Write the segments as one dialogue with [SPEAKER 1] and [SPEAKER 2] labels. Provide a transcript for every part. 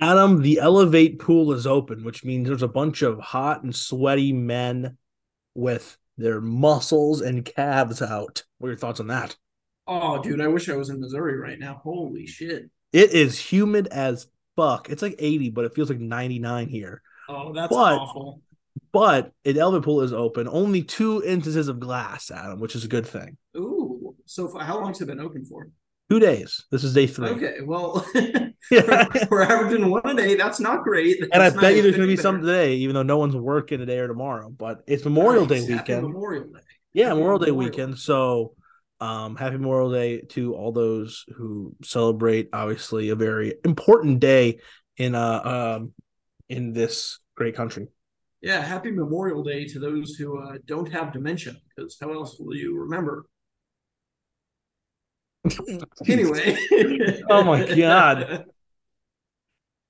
[SPEAKER 1] Adam, the Elevate pool is open, which means there's a bunch of hot and sweaty men with their muscles and calves out. What are your thoughts on that?
[SPEAKER 2] Oh, dude, I wish I was in Missouri right now. Holy shit.
[SPEAKER 1] It is humid as fuck. It's like 80, but it feels like 99 here.
[SPEAKER 2] Oh, that's
[SPEAKER 1] What?
[SPEAKER 2] awful.
[SPEAKER 1] But an Elevate pool is open. Only two instances of glass, Adam, which is a good thing.
[SPEAKER 2] Ooh. So for, how long's it been open for?
[SPEAKER 1] Two days. This is day three.
[SPEAKER 2] Okay, well,
[SPEAKER 1] Yeah.
[SPEAKER 2] we're averaging one a day. That's not great.
[SPEAKER 1] And I
[SPEAKER 2] That's not
[SPEAKER 1] bet you there's
[SPEAKER 2] good
[SPEAKER 1] going to be
[SPEAKER 2] either.
[SPEAKER 1] some today, even though no one's working today or tomorrow. But it's Memorial Day
[SPEAKER 2] Nice. Happy
[SPEAKER 1] weekend.
[SPEAKER 2] Memorial Day.
[SPEAKER 1] yeah,
[SPEAKER 2] Happy
[SPEAKER 1] Memorial Day
[SPEAKER 2] Memorial Day.
[SPEAKER 1] weekend. So, um, happy Memorial Day to all those who celebrate. Obviously, a very important day in uh um in this great country.
[SPEAKER 2] Yeah, happy Memorial Day to those who uh, don't have dementia, because how else will you remember? Anyway.
[SPEAKER 1] Oh my God.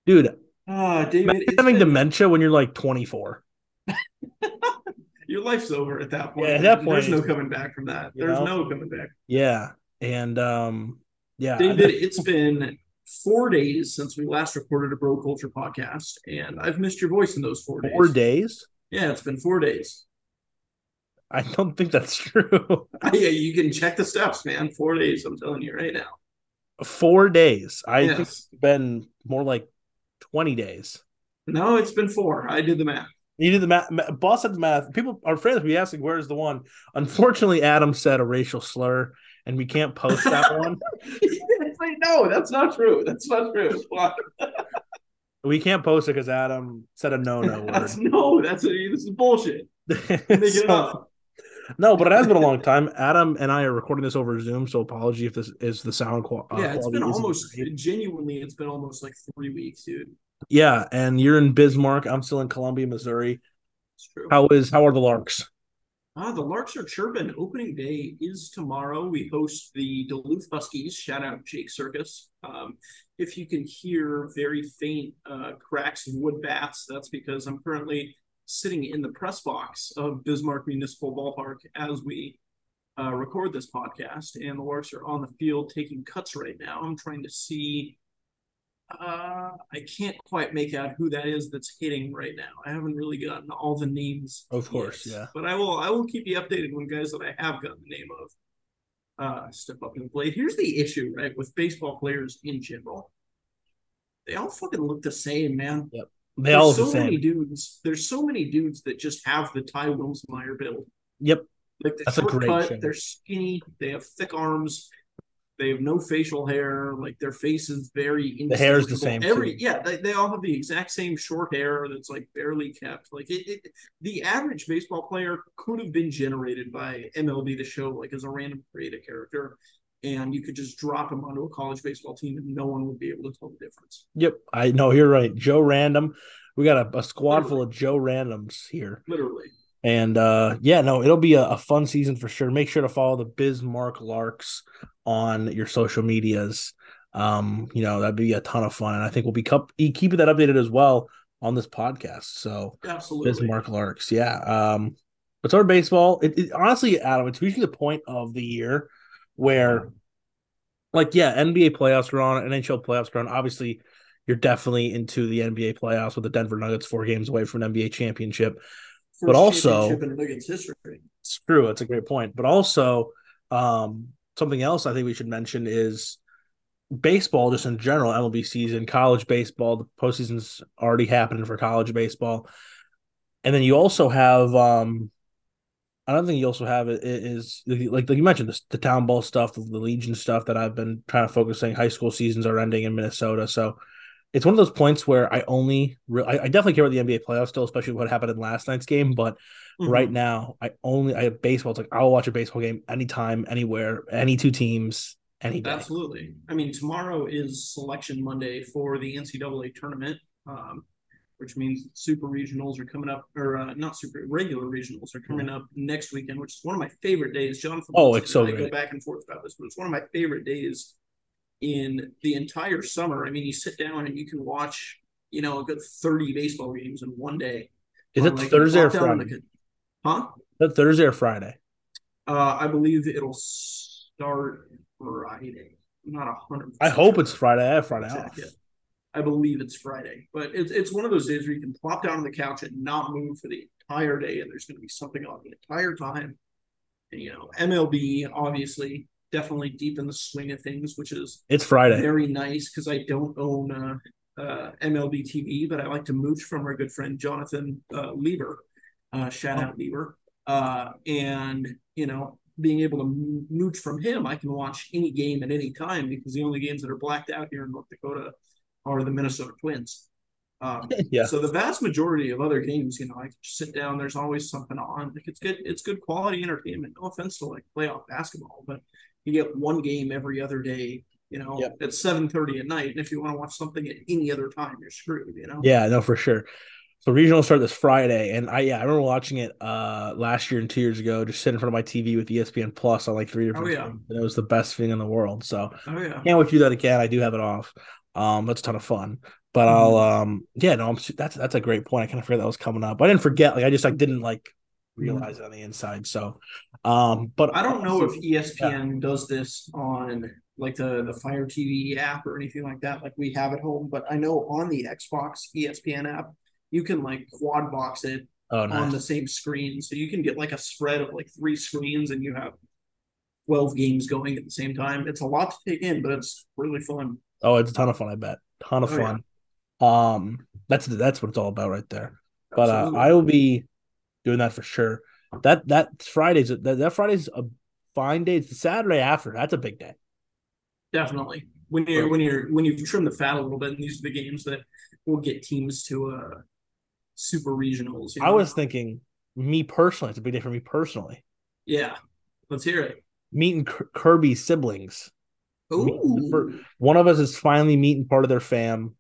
[SPEAKER 1] dude,
[SPEAKER 2] Ah, David,
[SPEAKER 1] imagine
[SPEAKER 2] it's
[SPEAKER 1] having
[SPEAKER 2] been-
[SPEAKER 1] dementia when you're like 24.
[SPEAKER 2] your life's over at that point.
[SPEAKER 1] Yeah, at that point,
[SPEAKER 2] there's no coming back from that.
[SPEAKER 1] you
[SPEAKER 2] There's
[SPEAKER 1] know?
[SPEAKER 2] no coming back.
[SPEAKER 1] Yeah, and um, yeah,
[SPEAKER 2] David, it's been four days since we last recorded a Bro Culture podcast, and I've missed your voice in those four days.
[SPEAKER 1] four days.
[SPEAKER 2] Yeah, it's been four days.
[SPEAKER 1] I don't think that's true.
[SPEAKER 2] Yeah, you can check the steps, man. Four days, I'm telling you right now.
[SPEAKER 1] four days. I think
[SPEAKER 2] yes.
[SPEAKER 1] it's been more like 20 days.
[SPEAKER 2] No, it's been four. I did the math.
[SPEAKER 1] You did the math. ma- Boss said the math. People, our friends, we asking, "Where's the one?" Unfortunately, Adam said a racial slur, and we can't post that one.
[SPEAKER 2] It's like, no, that's not true. That's not true. Why?
[SPEAKER 1] We can't post it because Adam said a no-no word.
[SPEAKER 2] That's no, that's this is bullshit. Make it
[SPEAKER 1] So-
[SPEAKER 2] up.
[SPEAKER 1] no, but it has been a long time. Adam and I are recording this over Zoom, so apology if this is the sound qual- uh,
[SPEAKER 2] Yeah, it's
[SPEAKER 1] quality.
[SPEAKER 2] been
[SPEAKER 1] isn't
[SPEAKER 2] almost
[SPEAKER 1] great.
[SPEAKER 2] genuinely, it's been almost like three weeks, dude.
[SPEAKER 1] Yeah, and you're in Bismarck. I'm still in Columbia, Missouri.
[SPEAKER 2] It's true.
[SPEAKER 1] How is how are the Larks?
[SPEAKER 2] Ah, the Larks are chirping. Opening day is tomorrow. We host the Duluth Buskies. Shout out Jake Circus. Um, if you can hear very faint uh, cracks and wood bats, that's because I'm currently sitting in the press box of Bismarck Municipal Ballpark as we uh, record this podcast. And the Larks are on the field taking cuts right now. I'm trying to see. Uh, I can't quite make out who that is that's hitting right now. I haven't really gotten all the names.
[SPEAKER 1] Of course,
[SPEAKER 2] yet.
[SPEAKER 1] yeah.
[SPEAKER 2] But I will. I will keep you updated when guys that I have gotten the name of uh, step up and play. Here's the issue, right, with baseball players in general. They all fucking look the same, man.
[SPEAKER 1] They
[SPEAKER 2] There's
[SPEAKER 1] all
[SPEAKER 2] so
[SPEAKER 1] the same.
[SPEAKER 2] many dudes. There's so many dudes that just have the Ty Wilmsmeyer build.
[SPEAKER 1] Yep.
[SPEAKER 2] Like they're
[SPEAKER 1] That's a great
[SPEAKER 2] shortcut,
[SPEAKER 1] shout.
[SPEAKER 2] they're skinny, they have thick arms, they have no facial hair, like their face is very
[SPEAKER 1] The hair is the same,
[SPEAKER 2] indistinguishable. Every
[SPEAKER 1] too.
[SPEAKER 2] yeah, they, they all have the exact same short hair that's like barely kept. Like it, it the average baseball player could have been generated by MLB the show, like as a random creative character, and you could just drop him onto a college baseball team and no one would be able to tell the difference.
[SPEAKER 1] Yep, I know you're right. Joe Random, we got a, a squad full of Joe Randoms here,
[SPEAKER 2] Literally.
[SPEAKER 1] and uh yeah, no, it'll be a, a fun season for sure. Make sure to follow the Bismarck Larks on your social medias. Um, you know that'd be a ton of fun, and I think we'll be cup- e- keeping that updated as well on this podcast. So
[SPEAKER 2] Absolutely.
[SPEAKER 1] Bismarck Larks, yeah. Um, but sort of baseball. It, it honestly, Adam, it's reaching the point of the year where like yeah, NBA playoffs are on, NHL playoffs are on. Obviously, you're definitely into the NBA playoffs with the Denver Nuggets four games away from an NBA championship.
[SPEAKER 2] First
[SPEAKER 1] but also-
[SPEAKER 2] championship in Nuggets history.
[SPEAKER 1] It's true, it's a great point. But also, um, something else I think we should mention is baseball just in general, MLB season, college baseball, the postseason's already happening for college baseball. And then you also have um I don't think you also have it it is like like you mentioned this, the town ball stuff, the Legion stuff that I've been trying to focus on. High school seasons are ending in Minnesota, so it's one of those points where I only re- I, I definitely care about the NBA playoffs still, especially what happened in last night's game. But
[SPEAKER 2] Mm-hmm.
[SPEAKER 1] right now, I only I have baseball. It's like I'll watch a baseball game anytime, anywhere, any two teams, any day.
[SPEAKER 2] Absolutely. I mean, tomorrow is Selection Monday for the NCAA tournament, um, which means super regionals are coming up, or uh, not super regular regionals are coming up next weekend, which is one of my favorite days. Jonathan,
[SPEAKER 1] Mm-hmm. Oh,
[SPEAKER 2] Wilson
[SPEAKER 1] it's so
[SPEAKER 2] and I go
[SPEAKER 1] great.
[SPEAKER 2] back and forth about this, but it's one of my favorite days in the entire summer. I mean, you sit down and you can watch, you know, a good thirty baseball games in one day.
[SPEAKER 1] Is
[SPEAKER 2] Or,
[SPEAKER 1] it
[SPEAKER 2] like,
[SPEAKER 1] Thursday or
[SPEAKER 2] walk down on the
[SPEAKER 1] Friday?
[SPEAKER 2] co- Huh?
[SPEAKER 1] Is it Thursday or Friday?
[SPEAKER 2] Uh, I believe it'll start Friday. I'm not a hundred.
[SPEAKER 1] I hope it's Friday. I have Friday
[SPEAKER 2] Check
[SPEAKER 1] off.
[SPEAKER 2] it. I believe it's Friday, but it's it's one of those days where you can plop down on the couch and not move for the entire day, and there's going to be something on the entire time. And, you know, MLB obviously definitely deep in the swing of things, which is
[SPEAKER 1] It's Friday.
[SPEAKER 2] very nice because I don't own uh, uh, MLB TV, but I like to mooch from our good friend Jonathan uh, Lieber. Uh, shout out Lieber. Uh, and, you know, being able to m- mooch from him, I can watch any game at any time because the only games that are blacked out here in North Dakota are the Minnesota Twins. Um,
[SPEAKER 1] Yeah.
[SPEAKER 2] so the vast majority of other games, you know, I can just sit down. There's always something on. Like it's good, it's good quality entertainment. No offense to like playoff basketball, but you get one game every other day. You know,
[SPEAKER 1] Yep.
[SPEAKER 2] at seven thirty at night, and if you want to watch something at any other time, you're screwed. You know.
[SPEAKER 1] Yeah, no, for sure. So regionals start this Friday, and I yeah I remember watching it uh last year and two years ago, just sitting in front of my TV with E ESPN Plus on like three different
[SPEAKER 2] Oh, yeah.
[SPEAKER 1] things, and it was the best thing in the world. So
[SPEAKER 2] Oh yeah.
[SPEAKER 1] can't wait to do that again. I do have it off. Um, that's a ton of fun. But I'll
[SPEAKER 2] Mm-hmm.
[SPEAKER 1] um yeah no I'm su- that's that's a great point. I kind of forgot that was coming up. I didn't forget like I just like didn't like realize it on the inside. So um but
[SPEAKER 2] Mm-hmm. I don't know if E ESPN does this on like the the Fire TV app or anything like that, like we have at home. But I know on the Xbox E ESPN app, you can like quad box it
[SPEAKER 1] oh
[SPEAKER 2] on
[SPEAKER 1] nice
[SPEAKER 2] the same screen. So you can get like a spread of like three screens and you have 12 games going at the same time. It's a lot to take in, but it's really fun.
[SPEAKER 1] oh it's a ton of fun I bet ton of
[SPEAKER 2] Oh, yeah.
[SPEAKER 1] fun. Um that's that's what it's all about right there. but uh,
[SPEAKER 2] Absolutely.
[SPEAKER 1] I will be doing that for sure. That that Friday's that, that Friday's a fine day. It's the Saturday after. That's a big day.
[SPEAKER 2] definitely when you're when you're when you've trimmed the fat a little bit, and these are the games that will get teams to uh super regionals. you
[SPEAKER 1] I
[SPEAKER 2] know?
[SPEAKER 1] was thinking, me personally, it's a big day for me personally.
[SPEAKER 2] yeah, let's hear it.
[SPEAKER 1] Meeting K- Kirby's siblings.
[SPEAKER 2] Ooh,
[SPEAKER 1] for- One of us is finally meeting part of their fam.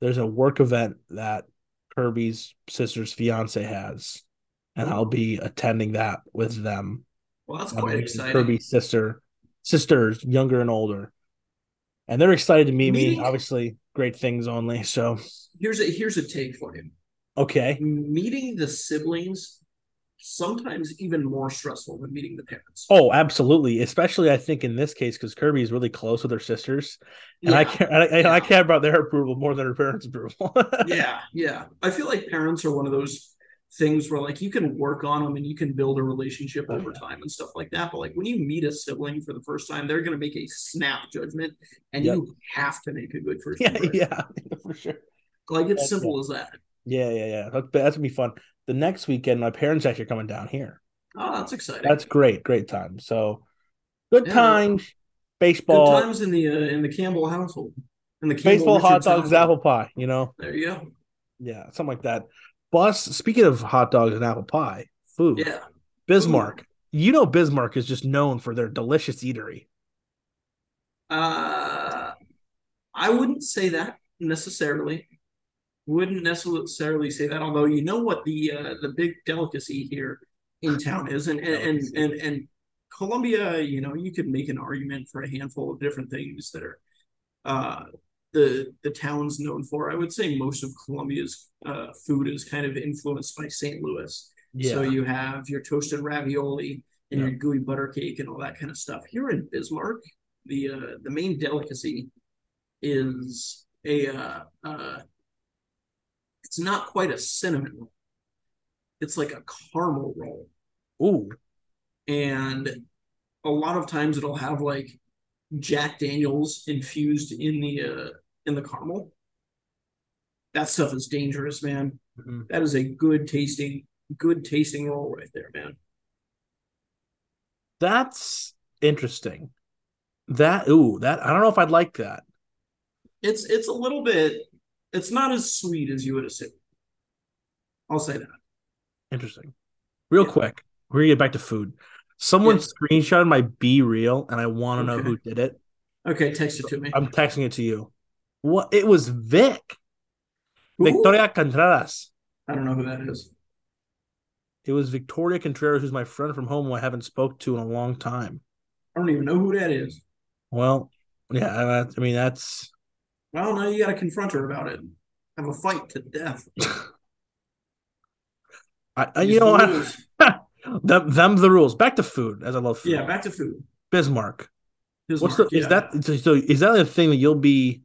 [SPEAKER 1] There's a work event that Kirby's sister's fiance has, and I'll be attending that with them.
[SPEAKER 2] well, that's
[SPEAKER 1] I'm
[SPEAKER 2] quite
[SPEAKER 1] meeting
[SPEAKER 2] exciting.
[SPEAKER 1] Kirby's sister, sisters, younger and older, and they're excited to meet me.
[SPEAKER 2] Meeting-
[SPEAKER 1] Obviously, great things only. So
[SPEAKER 2] Here's a here's a take for you.
[SPEAKER 1] okay.
[SPEAKER 2] Meeting the siblings sometimes even more stressful than meeting the parents.
[SPEAKER 1] Oh, absolutely. Especially, I think in this case because Kirby is really close with her sisters, and I
[SPEAKER 2] Yeah.
[SPEAKER 1] care. I, I, I
[SPEAKER 2] Yeah.
[SPEAKER 1] care about their approval more than her parents' approval.
[SPEAKER 2] yeah, yeah. I feel like parents are one of those things where like you can work on them and you can build a relationship
[SPEAKER 1] Oh,
[SPEAKER 2] over time and stuff like that. But like when you meet a sibling for the first time, they're gonna make a snap judgment, and
[SPEAKER 1] Yep.
[SPEAKER 2] you have to make a good first
[SPEAKER 1] yeah,
[SPEAKER 2] impression.
[SPEAKER 1] yeah, for sure.
[SPEAKER 2] Like it's
[SPEAKER 1] That's
[SPEAKER 2] simple as that.
[SPEAKER 1] Yeah, yeah, yeah. That's that's gonna be fun. The next weekend, my parents actually are coming down here.
[SPEAKER 2] Oh, that's exciting.
[SPEAKER 1] That's great, great time. So good
[SPEAKER 2] Yeah.
[SPEAKER 1] times,
[SPEAKER 2] good
[SPEAKER 1] baseball,
[SPEAKER 2] times in the uh, in the Campbell household. In the Campbell
[SPEAKER 1] baseball, hot
[SPEAKER 2] Richards
[SPEAKER 1] dogs,
[SPEAKER 2] household.
[SPEAKER 1] apple pie. You know.
[SPEAKER 2] There you go.
[SPEAKER 1] Yeah, something like that. Bus, speaking of hot dogs and apple pie, food,
[SPEAKER 2] Yeah.
[SPEAKER 1] Bismarck. You know, Bismarck is just known for their delicious eatery.
[SPEAKER 2] Uh, I wouldn't say that necessarily. Wouldn't necessarily say that, although you know what the uh, the big delicacy here in town is, and and and and, and Colombia, you know, you could make an argument for a handful of different things that are uh, the the town's known for. I would say most of Colombia's uh, food is kind of influenced by St. Louis.
[SPEAKER 1] Yeah.
[SPEAKER 2] So you have your toasted ravioli and your gooey butter cake and all that kind of stuff. Here in Bismarck, the uh, the main delicacy is a uh, uh, it's not quite a cinnamon roll. It's like a caramel roll,
[SPEAKER 1] Ooh,
[SPEAKER 2] and a lot of times it'll have like Jack Daniels infused in the uh, in the caramel. That stuff is dangerous, man.
[SPEAKER 1] Mhm.
[SPEAKER 2] That is a good tasting, good tasting roll right there, man.
[SPEAKER 1] that's interesting. That ooh, that I don't know if I'd like that.
[SPEAKER 2] It's it's a little bit. It's not as sweet as you would assume. I'll say that.
[SPEAKER 1] Interesting. Real
[SPEAKER 2] Yeah.
[SPEAKER 1] quick, we're gonna get back to food. Someone
[SPEAKER 2] Yes.
[SPEAKER 1] screenshotted my B reel, and I want to know
[SPEAKER 2] Okay.
[SPEAKER 1] who did it.
[SPEAKER 2] Okay, text it to me.
[SPEAKER 1] I'm texting it to you. What? It was Vic Victoria Contreras.
[SPEAKER 2] I don't know who that is.
[SPEAKER 1] It was Victoria Contreras, who's my friend from home, who I haven't spoke to in a long time.
[SPEAKER 2] I don't even know who that is.
[SPEAKER 1] Well, yeah, I I- I mean that's
[SPEAKER 2] Well, now you got to confront her about it. Have a fight to death.
[SPEAKER 1] I, I
[SPEAKER 2] Use
[SPEAKER 1] you
[SPEAKER 2] the
[SPEAKER 1] know what?
[SPEAKER 2] rules.
[SPEAKER 1] them them the rules. Back to food, as I love food.
[SPEAKER 2] Yeah, back to food.
[SPEAKER 1] Bismarck.
[SPEAKER 2] His
[SPEAKER 1] What's
[SPEAKER 2] mark,
[SPEAKER 1] the, is
[SPEAKER 2] yeah.
[SPEAKER 1] that so, so? Is that a thing that you'll be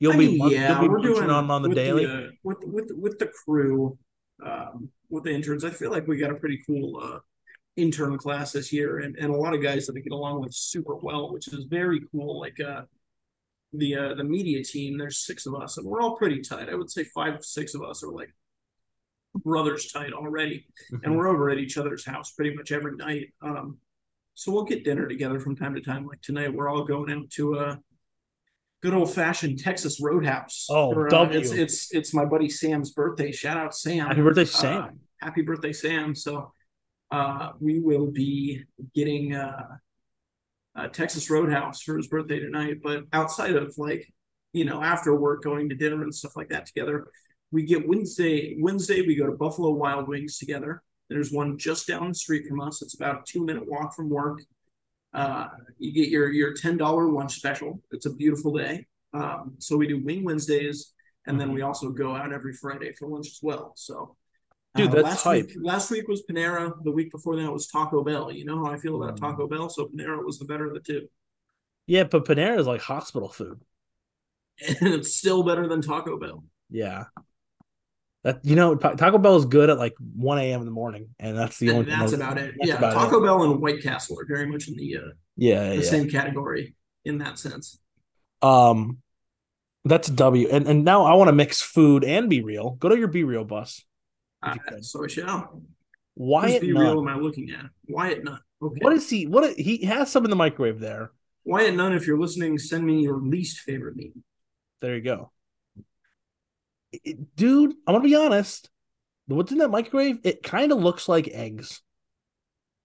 [SPEAKER 1] You'll
[SPEAKER 2] I
[SPEAKER 1] be
[SPEAKER 2] mean,
[SPEAKER 1] munch-
[SPEAKER 2] yeah,
[SPEAKER 1] you'll be
[SPEAKER 2] we're
[SPEAKER 1] munching
[SPEAKER 2] doing
[SPEAKER 1] on 'em on the
[SPEAKER 2] with
[SPEAKER 1] daily.
[SPEAKER 2] uh, with with with the crew, um, with the interns. I feel like we got a pretty cool uh, intern class this year, and, and a lot of guys that I get along with super well, which is very cool. Like uh, the uh, the media team, there's six of us, and we're all pretty tight. I would say five, six of us are like brothers tight already, and
[SPEAKER 1] Mhm.
[SPEAKER 2] we're over at each other's house pretty much every night. Um, so we'll get dinner together from time to time. Like tonight, we're all going out to a good old fashioned Texas Roadhouse.
[SPEAKER 1] Oh,
[SPEAKER 2] for, uh,
[SPEAKER 1] W.
[SPEAKER 2] it's it's it's my buddy Sam's birthday. Shout out Sam!
[SPEAKER 1] Happy birthday,
[SPEAKER 2] Uh,
[SPEAKER 1] Sam.
[SPEAKER 2] happy birthday, Sam! So uh, we will be getting uh, uh, Texas Roadhouse for his birthday tonight. But outside of like you know after work, going to dinner and stuff like that together, we get Wednesday. Wednesday we go to Buffalo Wild Wings together. There's one just down the street from us. It's about a two minute walk from work. Uh, you get your your ten dollar lunch special. It's a beautiful day. Um, so we do Wing Wednesdays, and then we also go out every Friday for lunch as well. So,
[SPEAKER 1] Dude, that's
[SPEAKER 2] Uh, last
[SPEAKER 1] hype.
[SPEAKER 2] Week, last week was Panera. The week before that was Taco Bell. You know how I feel
[SPEAKER 1] Mm.
[SPEAKER 2] about Taco Bell, so Panera was the better of the two,
[SPEAKER 1] Yeah, but Panera is like hospital food.
[SPEAKER 2] and it's still better than Taco Bell.
[SPEAKER 1] Yeah. That you know, Ta- Taco Bell is good at like 1 a.m. in the morning, and that's the
[SPEAKER 2] And
[SPEAKER 1] only.
[SPEAKER 2] that's about it.
[SPEAKER 1] that's
[SPEAKER 2] yeah,
[SPEAKER 1] about
[SPEAKER 2] Taco Bell and White Castle are very much in the uh,
[SPEAKER 1] Yeah,
[SPEAKER 2] the
[SPEAKER 1] yeah.
[SPEAKER 2] same category in that sense.
[SPEAKER 1] Um, that's a W. And and now I want to mix food and be real. Go to your be real bus.
[SPEAKER 2] Uh,
[SPEAKER 1] you could.
[SPEAKER 2] so I shall. Who's
[SPEAKER 1] Wyatt
[SPEAKER 2] be
[SPEAKER 1] Nunn.
[SPEAKER 2] real am I looking at? Wyatt Nunn. Okay.
[SPEAKER 1] What is he? What he has some in the microwave there.
[SPEAKER 2] Wyatt Nunn, if you're listening, send me your least favorite meme.
[SPEAKER 1] There you go. It- dude, I'm gonna be honest. What's in that microwave? It kind of looks like eggs.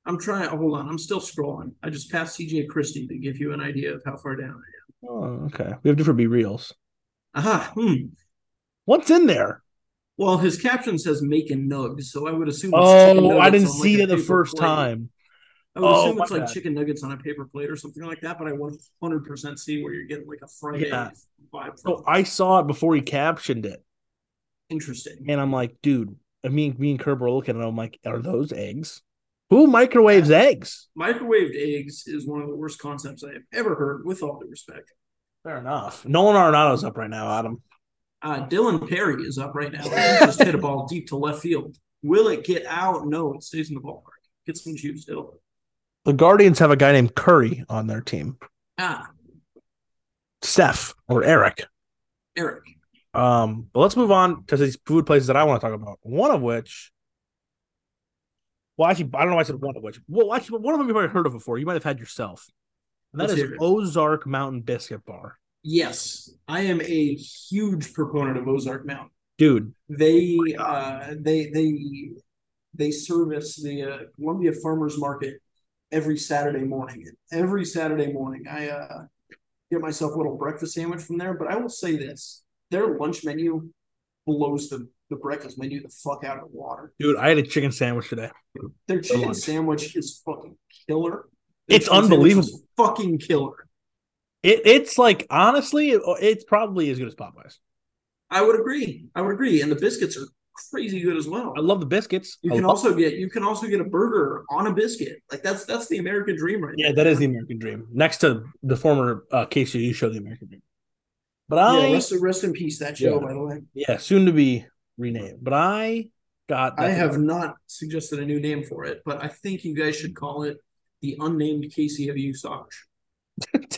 [SPEAKER 2] I'm trying. Hold on, I'm still scrolling. I just passed CJ Christie to give you an idea of how far down I am.
[SPEAKER 1] Oh, okay. We have different be reals.
[SPEAKER 2] Aha. Hmm.
[SPEAKER 1] What's in there?
[SPEAKER 2] Well, his caption says "making nugs," so I would assume. It's chicken
[SPEAKER 1] Oh,
[SPEAKER 2] nuggets
[SPEAKER 1] I didn't
[SPEAKER 2] on, like,
[SPEAKER 1] see
[SPEAKER 2] a
[SPEAKER 1] that the
[SPEAKER 2] paper
[SPEAKER 1] first
[SPEAKER 2] plate.
[SPEAKER 1] time.
[SPEAKER 2] I would
[SPEAKER 1] Oh,
[SPEAKER 2] assume it's
[SPEAKER 1] my
[SPEAKER 2] like
[SPEAKER 1] bad.
[SPEAKER 2] chicken nuggets on a paper plate or something like that. But I 100 percent see where you're getting like a Friday
[SPEAKER 1] Yeah.
[SPEAKER 2] vibe from.
[SPEAKER 1] So Oh, I saw it before he captioned it,
[SPEAKER 2] Interesting.
[SPEAKER 1] and I'm like, dude. I mean, me and Kerber are looking at. It, I'm like, are those eggs? Who microwaves eggs?
[SPEAKER 2] Microwaved eggs is one of the worst concepts I have ever heard. With all due respect,
[SPEAKER 1] Fair enough. Nolan Arenado's up right now, Adam.
[SPEAKER 2] uh, Dylan Perry is up right now. He just hit a ball deep to left field. Will it get out? No, it stays in the ballpark. Gets some juice still.
[SPEAKER 1] The Guardians have a guy named Curry on their team.
[SPEAKER 2] Ah,
[SPEAKER 1] Steph or Eric.
[SPEAKER 2] Eric.
[SPEAKER 1] Um, but let's move on to these food places that I want to talk about. One of which, well, actually, I don't know why I said one of which. Well, actually, one of them you've already heard of before. You might have had yourself. And that
[SPEAKER 2] Let's
[SPEAKER 1] is
[SPEAKER 2] hear it.
[SPEAKER 1] Ozark Mountain Biscuit Bar,
[SPEAKER 2] Yes, I am a huge proponent of Ozark Mountain.
[SPEAKER 1] dude.
[SPEAKER 2] they
[SPEAKER 1] Oh
[SPEAKER 2] uh, they they they service the uh, Columbia Farmers Market every Saturday morning. Every Saturday morning, I uh, get myself a little breakfast sandwich from there. But I will say this: their lunch menu blows the the breakfast menu the fuck out of the water.
[SPEAKER 1] Dude, I had a chicken sandwich today.
[SPEAKER 2] Their chicken
[SPEAKER 1] lunch.
[SPEAKER 2] sandwich is fucking killer.
[SPEAKER 1] Oh
[SPEAKER 2] Their
[SPEAKER 1] It's
[SPEAKER 2] chicken sandwich is
[SPEAKER 1] unbelievable.
[SPEAKER 2] fucking killer.
[SPEAKER 1] It, it's like honestly, it, oh, it's probably as good as Popeyes.
[SPEAKER 2] I would agree. I would agree. And the biscuits are crazy good as well.
[SPEAKER 1] I love the biscuits.
[SPEAKER 2] You
[SPEAKER 1] I
[SPEAKER 2] can
[SPEAKER 1] love-
[SPEAKER 2] also get you can also get a burger on a biscuit. Like that's that's the American dream right
[SPEAKER 1] yeah,
[SPEAKER 2] there.
[SPEAKER 1] that is the American dream. Next to the former uh, KCU show, the American dream. But
[SPEAKER 2] Yeah,
[SPEAKER 1] I
[SPEAKER 2] rest, rest in peace, that show,
[SPEAKER 1] Yeah.
[SPEAKER 2] by the way.
[SPEAKER 1] Yeah, soon to be renamed. But I got.
[SPEAKER 2] I have not suggested a new name for it, but I think you guys should call it the unnamed KCFU soccer. Show.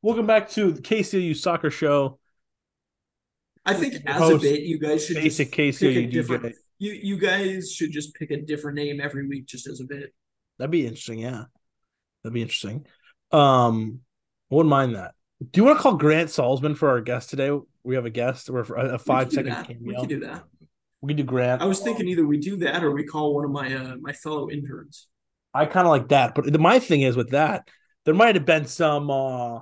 [SPEAKER 1] Welcome back to the KCU Soccer Show.
[SPEAKER 2] I think
[SPEAKER 1] Your
[SPEAKER 2] as
[SPEAKER 1] host,
[SPEAKER 2] a bit, you guys should
[SPEAKER 1] Basic
[SPEAKER 2] just pick a
[SPEAKER 1] KCU
[SPEAKER 2] different.
[SPEAKER 1] DJ.
[SPEAKER 2] You you guys should just pick a different name every week, just as a bit.
[SPEAKER 1] That'd be interesting. Yeah, that'd be interesting. Um, I wouldn't mind that. Do you want to call Grant Salzman for our guest today? We have a guest. We're for a a
[SPEAKER 2] We
[SPEAKER 1] five
[SPEAKER 2] could do
[SPEAKER 1] second
[SPEAKER 2] that. We
[SPEAKER 1] cameo.
[SPEAKER 2] can do that.
[SPEAKER 1] We can do Grant.
[SPEAKER 2] I was thinking either we do that or we call one of my uh, my fellow interns.
[SPEAKER 1] I kind of like that. But the- my thing is with that, there might have been some uh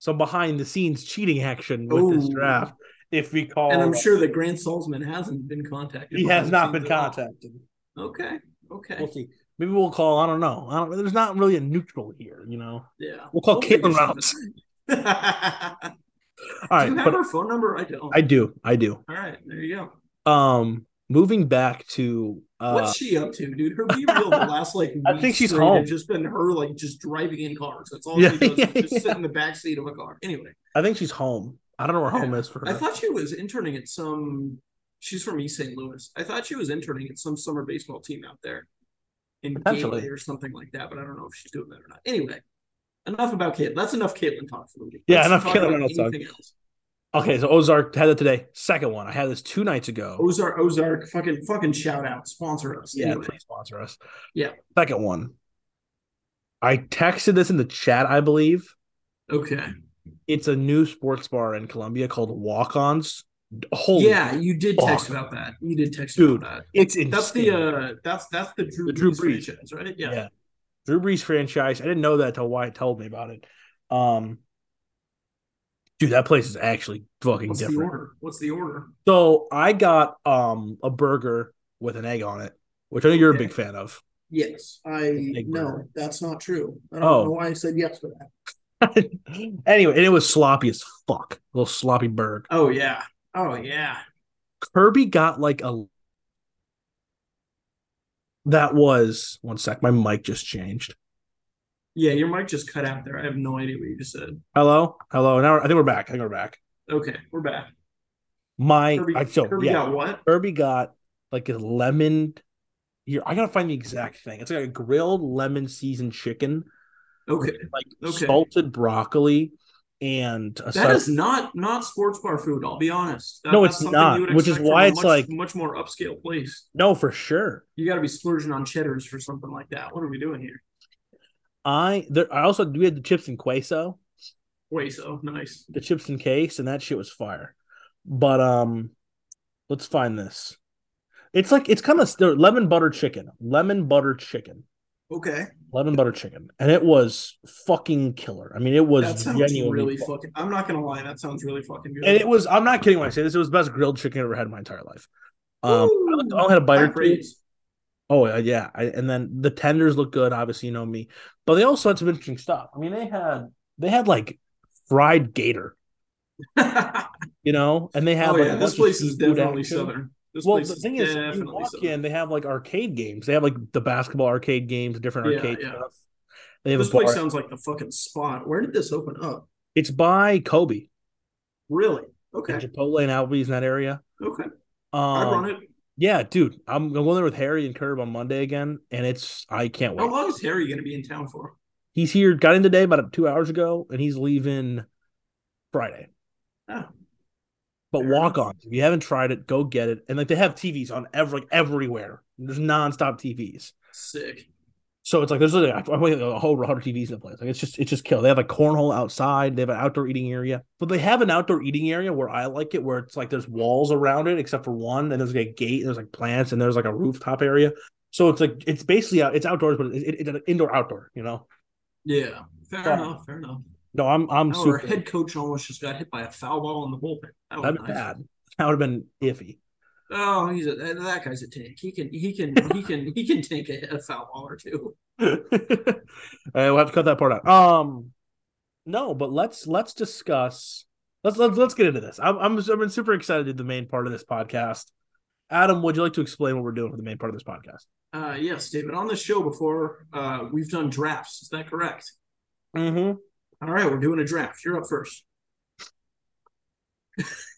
[SPEAKER 1] some behind the scenes cheating action with this
[SPEAKER 2] Ooh.
[SPEAKER 1] draft. If we call,
[SPEAKER 2] And I'm sure that Grant Salzman hasn't been contacted.
[SPEAKER 1] Oh. he
[SPEAKER 2] by
[SPEAKER 1] has
[SPEAKER 2] the
[SPEAKER 1] not
[SPEAKER 2] teams
[SPEAKER 1] been
[SPEAKER 2] at all.
[SPEAKER 1] contacted.
[SPEAKER 2] Okay. Okay.
[SPEAKER 1] We'll see. Maybe we'll call. I don't know. I don't, there's not really a neutral here, you know.
[SPEAKER 2] yeah.
[SPEAKER 1] We'll call
[SPEAKER 2] figure
[SPEAKER 1] Caitlin
[SPEAKER 2] something
[SPEAKER 1] Rounds.
[SPEAKER 2] out.
[SPEAKER 1] All
[SPEAKER 2] Do
[SPEAKER 1] right,
[SPEAKER 2] you have
[SPEAKER 1] but
[SPEAKER 2] her phone number? I don't.
[SPEAKER 1] I do. I do.
[SPEAKER 2] All right. There you go.
[SPEAKER 1] Um, moving back to Uh,
[SPEAKER 2] What's she up to, dude? Her be real the last like
[SPEAKER 1] I
[SPEAKER 2] week
[SPEAKER 1] think she's
[SPEAKER 2] straight
[SPEAKER 1] home.
[SPEAKER 2] has just been her like just driving in cars. That's all
[SPEAKER 1] Yeah,
[SPEAKER 2] she does.
[SPEAKER 1] yeah,
[SPEAKER 2] is just
[SPEAKER 1] yeah.
[SPEAKER 2] sit in the back seat of a car. Anyway,
[SPEAKER 1] I think she's home. I don't know where home
[SPEAKER 2] Yeah.
[SPEAKER 1] is for her.
[SPEAKER 2] I thought she was interning at some. She's from East St. Louis. I thought she was interning at some summer baseball team out there in
[SPEAKER 1] Potentially.
[SPEAKER 2] Gateway or something like that. But I don't know if she's doing that or not. Anyway, enough about Caitlin. That's enough Caitlin talk for the week.
[SPEAKER 1] Yeah,
[SPEAKER 2] Let's
[SPEAKER 1] enough
[SPEAKER 2] talk
[SPEAKER 1] Caitlin
[SPEAKER 2] about
[SPEAKER 1] Reynolds talk.
[SPEAKER 2] Anything else?
[SPEAKER 1] okay, so Ozark had it today. Second one. I had this two nights ago.
[SPEAKER 2] Ozark, Ozark, fucking, fucking shout out, sponsor us.
[SPEAKER 1] Yeah,
[SPEAKER 2] Anyway.
[SPEAKER 1] please sponsor us.
[SPEAKER 2] Yeah.
[SPEAKER 1] Second one. I texted this in the chat, I believe.
[SPEAKER 2] Okay.
[SPEAKER 1] It's a new sports bar in Columbia called Walk Ons. Holy,
[SPEAKER 2] yeah, you did text
[SPEAKER 1] fuck.
[SPEAKER 2] about that. You did text
[SPEAKER 1] Dude,
[SPEAKER 2] about that.
[SPEAKER 1] it's insane.
[SPEAKER 2] That's the uh, that's that's the Drew,
[SPEAKER 1] The Drew
[SPEAKER 2] Brees
[SPEAKER 1] Brees.
[SPEAKER 2] franchise, right? Yeah.
[SPEAKER 1] yeah. Drew Brees franchise. I didn't know that till Wyatt told me about it. Um, dude, that place is actually fucking
[SPEAKER 2] What's the
[SPEAKER 1] different.
[SPEAKER 2] order? What's the order?
[SPEAKER 1] So I got um a burger with an egg on it, which I know you're a
[SPEAKER 2] Okay.
[SPEAKER 1] big fan of.
[SPEAKER 2] Yes, I
[SPEAKER 1] Big
[SPEAKER 2] no,
[SPEAKER 1] Bird.
[SPEAKER 2] that's not true. I don't
[SPEAKER 1] Oh.
[SPEAKER 2] know why I said yes to that.
[SPEAKER 1] anyway, and it was sloppy as fuck. little sloppy burg.
[SPEAKER 2] Oh yeah, oh yeah.
[SPEAKER 1] Kirby got like a that was one sec. My mic just changed.
[SPEAKER 2] Yeah, your mic just cut out there. I have no idea what you just said.
[SPEAKER 1] Hello, hello. Now we're- I think we're back. I think we're back.
[SPEAKER 2] Okay, we're back.
[SPEAKER 1] My
[SPEAKER 2] Kirby,
[SPEAKER 1] I, so
[SPEAKER 2] Kirby
[SPEAKER 1] yeah,
[SPEAKER 2] got what?
[SPEAKER 1] Kirby got like a lemon. Here, I gotta find the exact thing. It's like a grilled lemon seasoned chicken,
[SPEAKER 2] Okay,
[SPEAKER 1] like
[SPEAKER 2] Okay.
[SPEAKER 1] salted broccoli, and a
[SPEAKER 2] that
[SPEAKER 1] side-
[SPEAKER 2] is not not sports bar food. I'll be honest. That-
[SPEAKER 1] No,
[SPEAKER 2] that's
[SPEAKER 1] it's
[SPEAKER 2] something
[SPEAKER 1] not,
[SPEAKER 2] would
[SPEAKER 1] which is
[SPEAKER 2] expect from
[SPEAKER 1] why
[SPEAKER 2] a
[SPEAKER 1] it's
[SPEAKER 2] much,
[SPEAKER 1] like-
[SPEAKER 2] much more upscale place.
[SPEAKER 1] no for sure.
[SPEAKER 2] You got to be splurging on cheddars for something like that. What are we doing here?
[SPEAKER 1] I there I also we had the chips and queso,
[SPEAKER 2] Way so nice.
[SPEAKER 1] the chips and case, and that shit was fire. But um let's find this. It's like it's kind of still lemon butter chicken. Lemon butter chicken.
[SPEAKER 2] Okay,
[SPEAKER 1] Lemon butter chicken. And it was fucking killer. I mean it was
[SPEAKER 2] that sounds
[SPEAKER 1] genuinely
[SPEAKER 2] really
[SPEAKER 1] fu-
[SPEAKER 2] fucking. I'm not gonna lie, that sounds really fucking good.
[SPEAKER 1] and it was I'm not kidding when I say this, it was the best grilled chicken I ever had in my entire life. Um I, looked- I only had a bite
[SPEAKER 2] High
[SPEAKER 1] or two.
[SPEAKER 2] praise.
[SPEAKER 1] Oh yeah, yeah. I, and then the tenders look good. Obviously, you know me, but they also had some interesting stuff. I mean, they had they had like fried gator, you know, and they had.
[SPEAKER 2] oh
[SPEAKER 1] like, a
[SPEAKER 2] yeah,
[SPEAKER 1] bunch
[SPEAKER 2] this
[SPEAKER 1] of
[SPEAKER 2] place is
[SPEAKER 1] seafood
[SPEAKER 2] definitely
[SPEAKER 1] action.
[SPEAKER 2] southern. This
[SPEAKER 1] well,
[SPEAKER 2] place
[SPEAKER 1] the thing is, you
[SPEAKER 2] definitely
[SPEAKER 1] walk
[SPEAKER 2] southern.
[SPEAKER 1] in, they have like arcade games. They have like the basketball arcade games, different
[SPEAKER 2] Yeah,
[SPEAKER 1] arcade
[SPEAKER 2] yeah.
[SPEAKER 1] stuff. They have
[SPEAKER 2] This
[SPEAKER 1] a bar.
[SPEAKER 2] place sounds like the fucking spot. Where did this open up?
[SPEAKER 1] it's by Kobe
[SPEAKER 2] Really?
[SPEAKER 1] and
[SPEAKER 2] Okay.
[SPEAKER 1] Chipotle and Applebee's in that area.
[SPEAKER 2] Okay.
[SPEAKER 1] Um,
[SPEAKER 2] I run it.
[SPEAKER 1] Yeah, dude, I'm going there with Harry and Curb on Monday again, and it's I can't wait.
[SPEAKER 2] How long is Harry going to be in town for?
[SPEAKER 1] He's here, got in today about two hours ago, and he's leaving Friday.
[SPEAKER 2] Oh.
[SPEAKER 1] But
[SPEAKER 2] Fair
[SPEAKER 1] walk on. If you haven't tried it, go get it. And like they have TVs on every like, everywhere. There's nonstop TVs.
[SPEAKER 2] Sick.
[SPEAKER 1] So it's like there's like, I probably got a whole hundred TVs in the place. Like it's just it's just kill. They have a cornhole outside. They have an outdoor eating area, but they have an outdoor eating area where I like it, where it's like there's walls around it except for one, and there's like a gate, and there's like plants, and there's like a rooftop area. So it's like it's basically out, it's outdoors, but it, it's an indoor outdoor. You know?
[SPEAKER 2] Yeah. Fair
[SPEAKER 1] Yeah.
[SPEAKER 2] enough. Fair enough.
[SPEAKER 1] No, I'm I'm
[SPEAKER 2] Our
[SPEAKER 1] super.
[SPEAKER 2] head coach almost just got hit by a foul ball in the bullpen. That was
[SPEAKER 1] That'd be
[SPEAKER 2] Oh, nice.
[SPEAKER 1] bad. That would have been iffy.
[SPEAKER 2] Oh, he's a, that that guy's a tank. He can he can he can he can take a, a foul ball or two.
[SPEAKER 1] Alright, we'll have to cut that part out. Um, no, but let's let's discuss. Let's let's let's get into this. I'm I'm I've been super excited to do the main part of this podcast. Adam, would you like to explain what we're doing for the main part of this podcast?
[SPEAKER 2] Uh, yes, David. On this show before, uh, we've done drafts. Is that correct?
[SPEAKER 1] Mm-hmm.
[SPEAKER 2] All right, we're doing a draft. You're up first.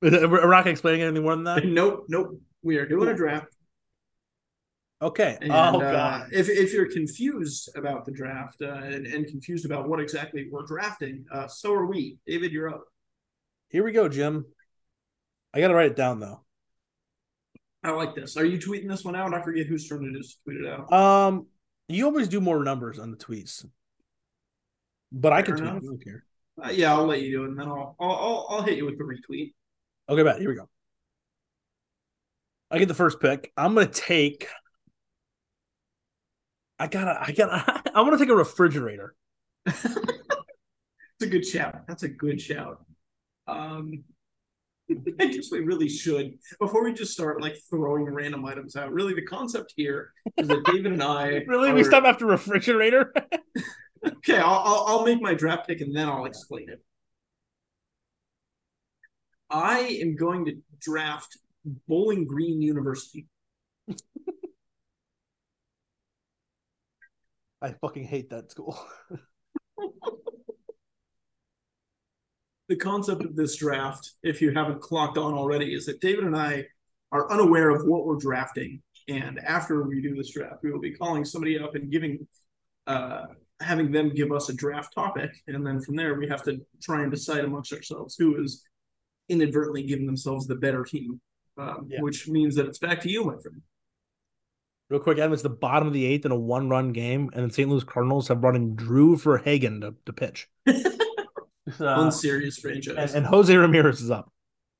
[SPEAKER 1] We're we're not explaining anything more than that.
[SPEAKER 2] Nope, nope. We are doing a draft.
[SPEAKER 1] Okay.
[SPEAKER 2] And,
[SPEAKER 1] oh
[SPEAKER 2] uh,
[SPEAKER 1] god.
[SPEAKER 2] if, if you're confused about the draft uh, and, and confused about what exactly we're drafting, uh, so are we. David, you're up.
[SPEAKER 1] Here we go, Jim. I gotta write it down though.
[SPEAKER 2] I like this. Are you tweeting this one out? I forget whose turn it is to tweet it out.
[SPEAKER 1] Um, you always do more numbers on the tweets, but I can
[SPEAKER 2] Fair
[SPEAKER 1] tweet. I
[SPEAKER 2] enough.
[SPEAKER 1] don't care.
[SPEAKER 2] Uh, yeah, I'll let you do it, and then I'll I'll, I'll, I'll hit you with the retweet.
[SPEAKER 1] Okay, bet. Here we go. I get the first pick. I'm gonna take. I gotta. I gotta. I want to take a refrigerator.
[SPEAKER 2] It's a good shout. That's a good shout. Um, I guess we really should before we just start like throwing random items out. Really, the concept here is that David and I
[SPEAKER 1] Really, we
[SPEAKER 2] are-
[SPEAKER 1] stop after refrigerator.
[SPEAKER 2] Okay, I'll, I'll I'll make my draft pick and then I'll explain it. I am going to draft Bowling Green University.
[SPEAKER 1] I fucking hate that school.
[SPEAKER 2] the concept of this draft, if you haven't clocked on already, is that David and I are unaware of what we're drafting. And after we do this draft, we will be calling somebody up and giving, uh, having them give us a draft topic. And then from there, we have to try and decide amongst ourselves who is inadvertently giving themselves the better team, um,
[SPEAKER 1] Yeah.
[SPEAKER 2] which means that it's back to you, my friend.
[SPEAKER 1] Real quick, Adam, it's the bottom of the eighth in a one run game, and the St. Louis Cardinals have run in Drew Verhagen to, to pitch. So-
[SPEAKER 2] Unserious
[SPEAKER 1] Uh, and,
[SPEAKER 2] franchise.
[SPEAKER 1] and Jose Ramirez is up.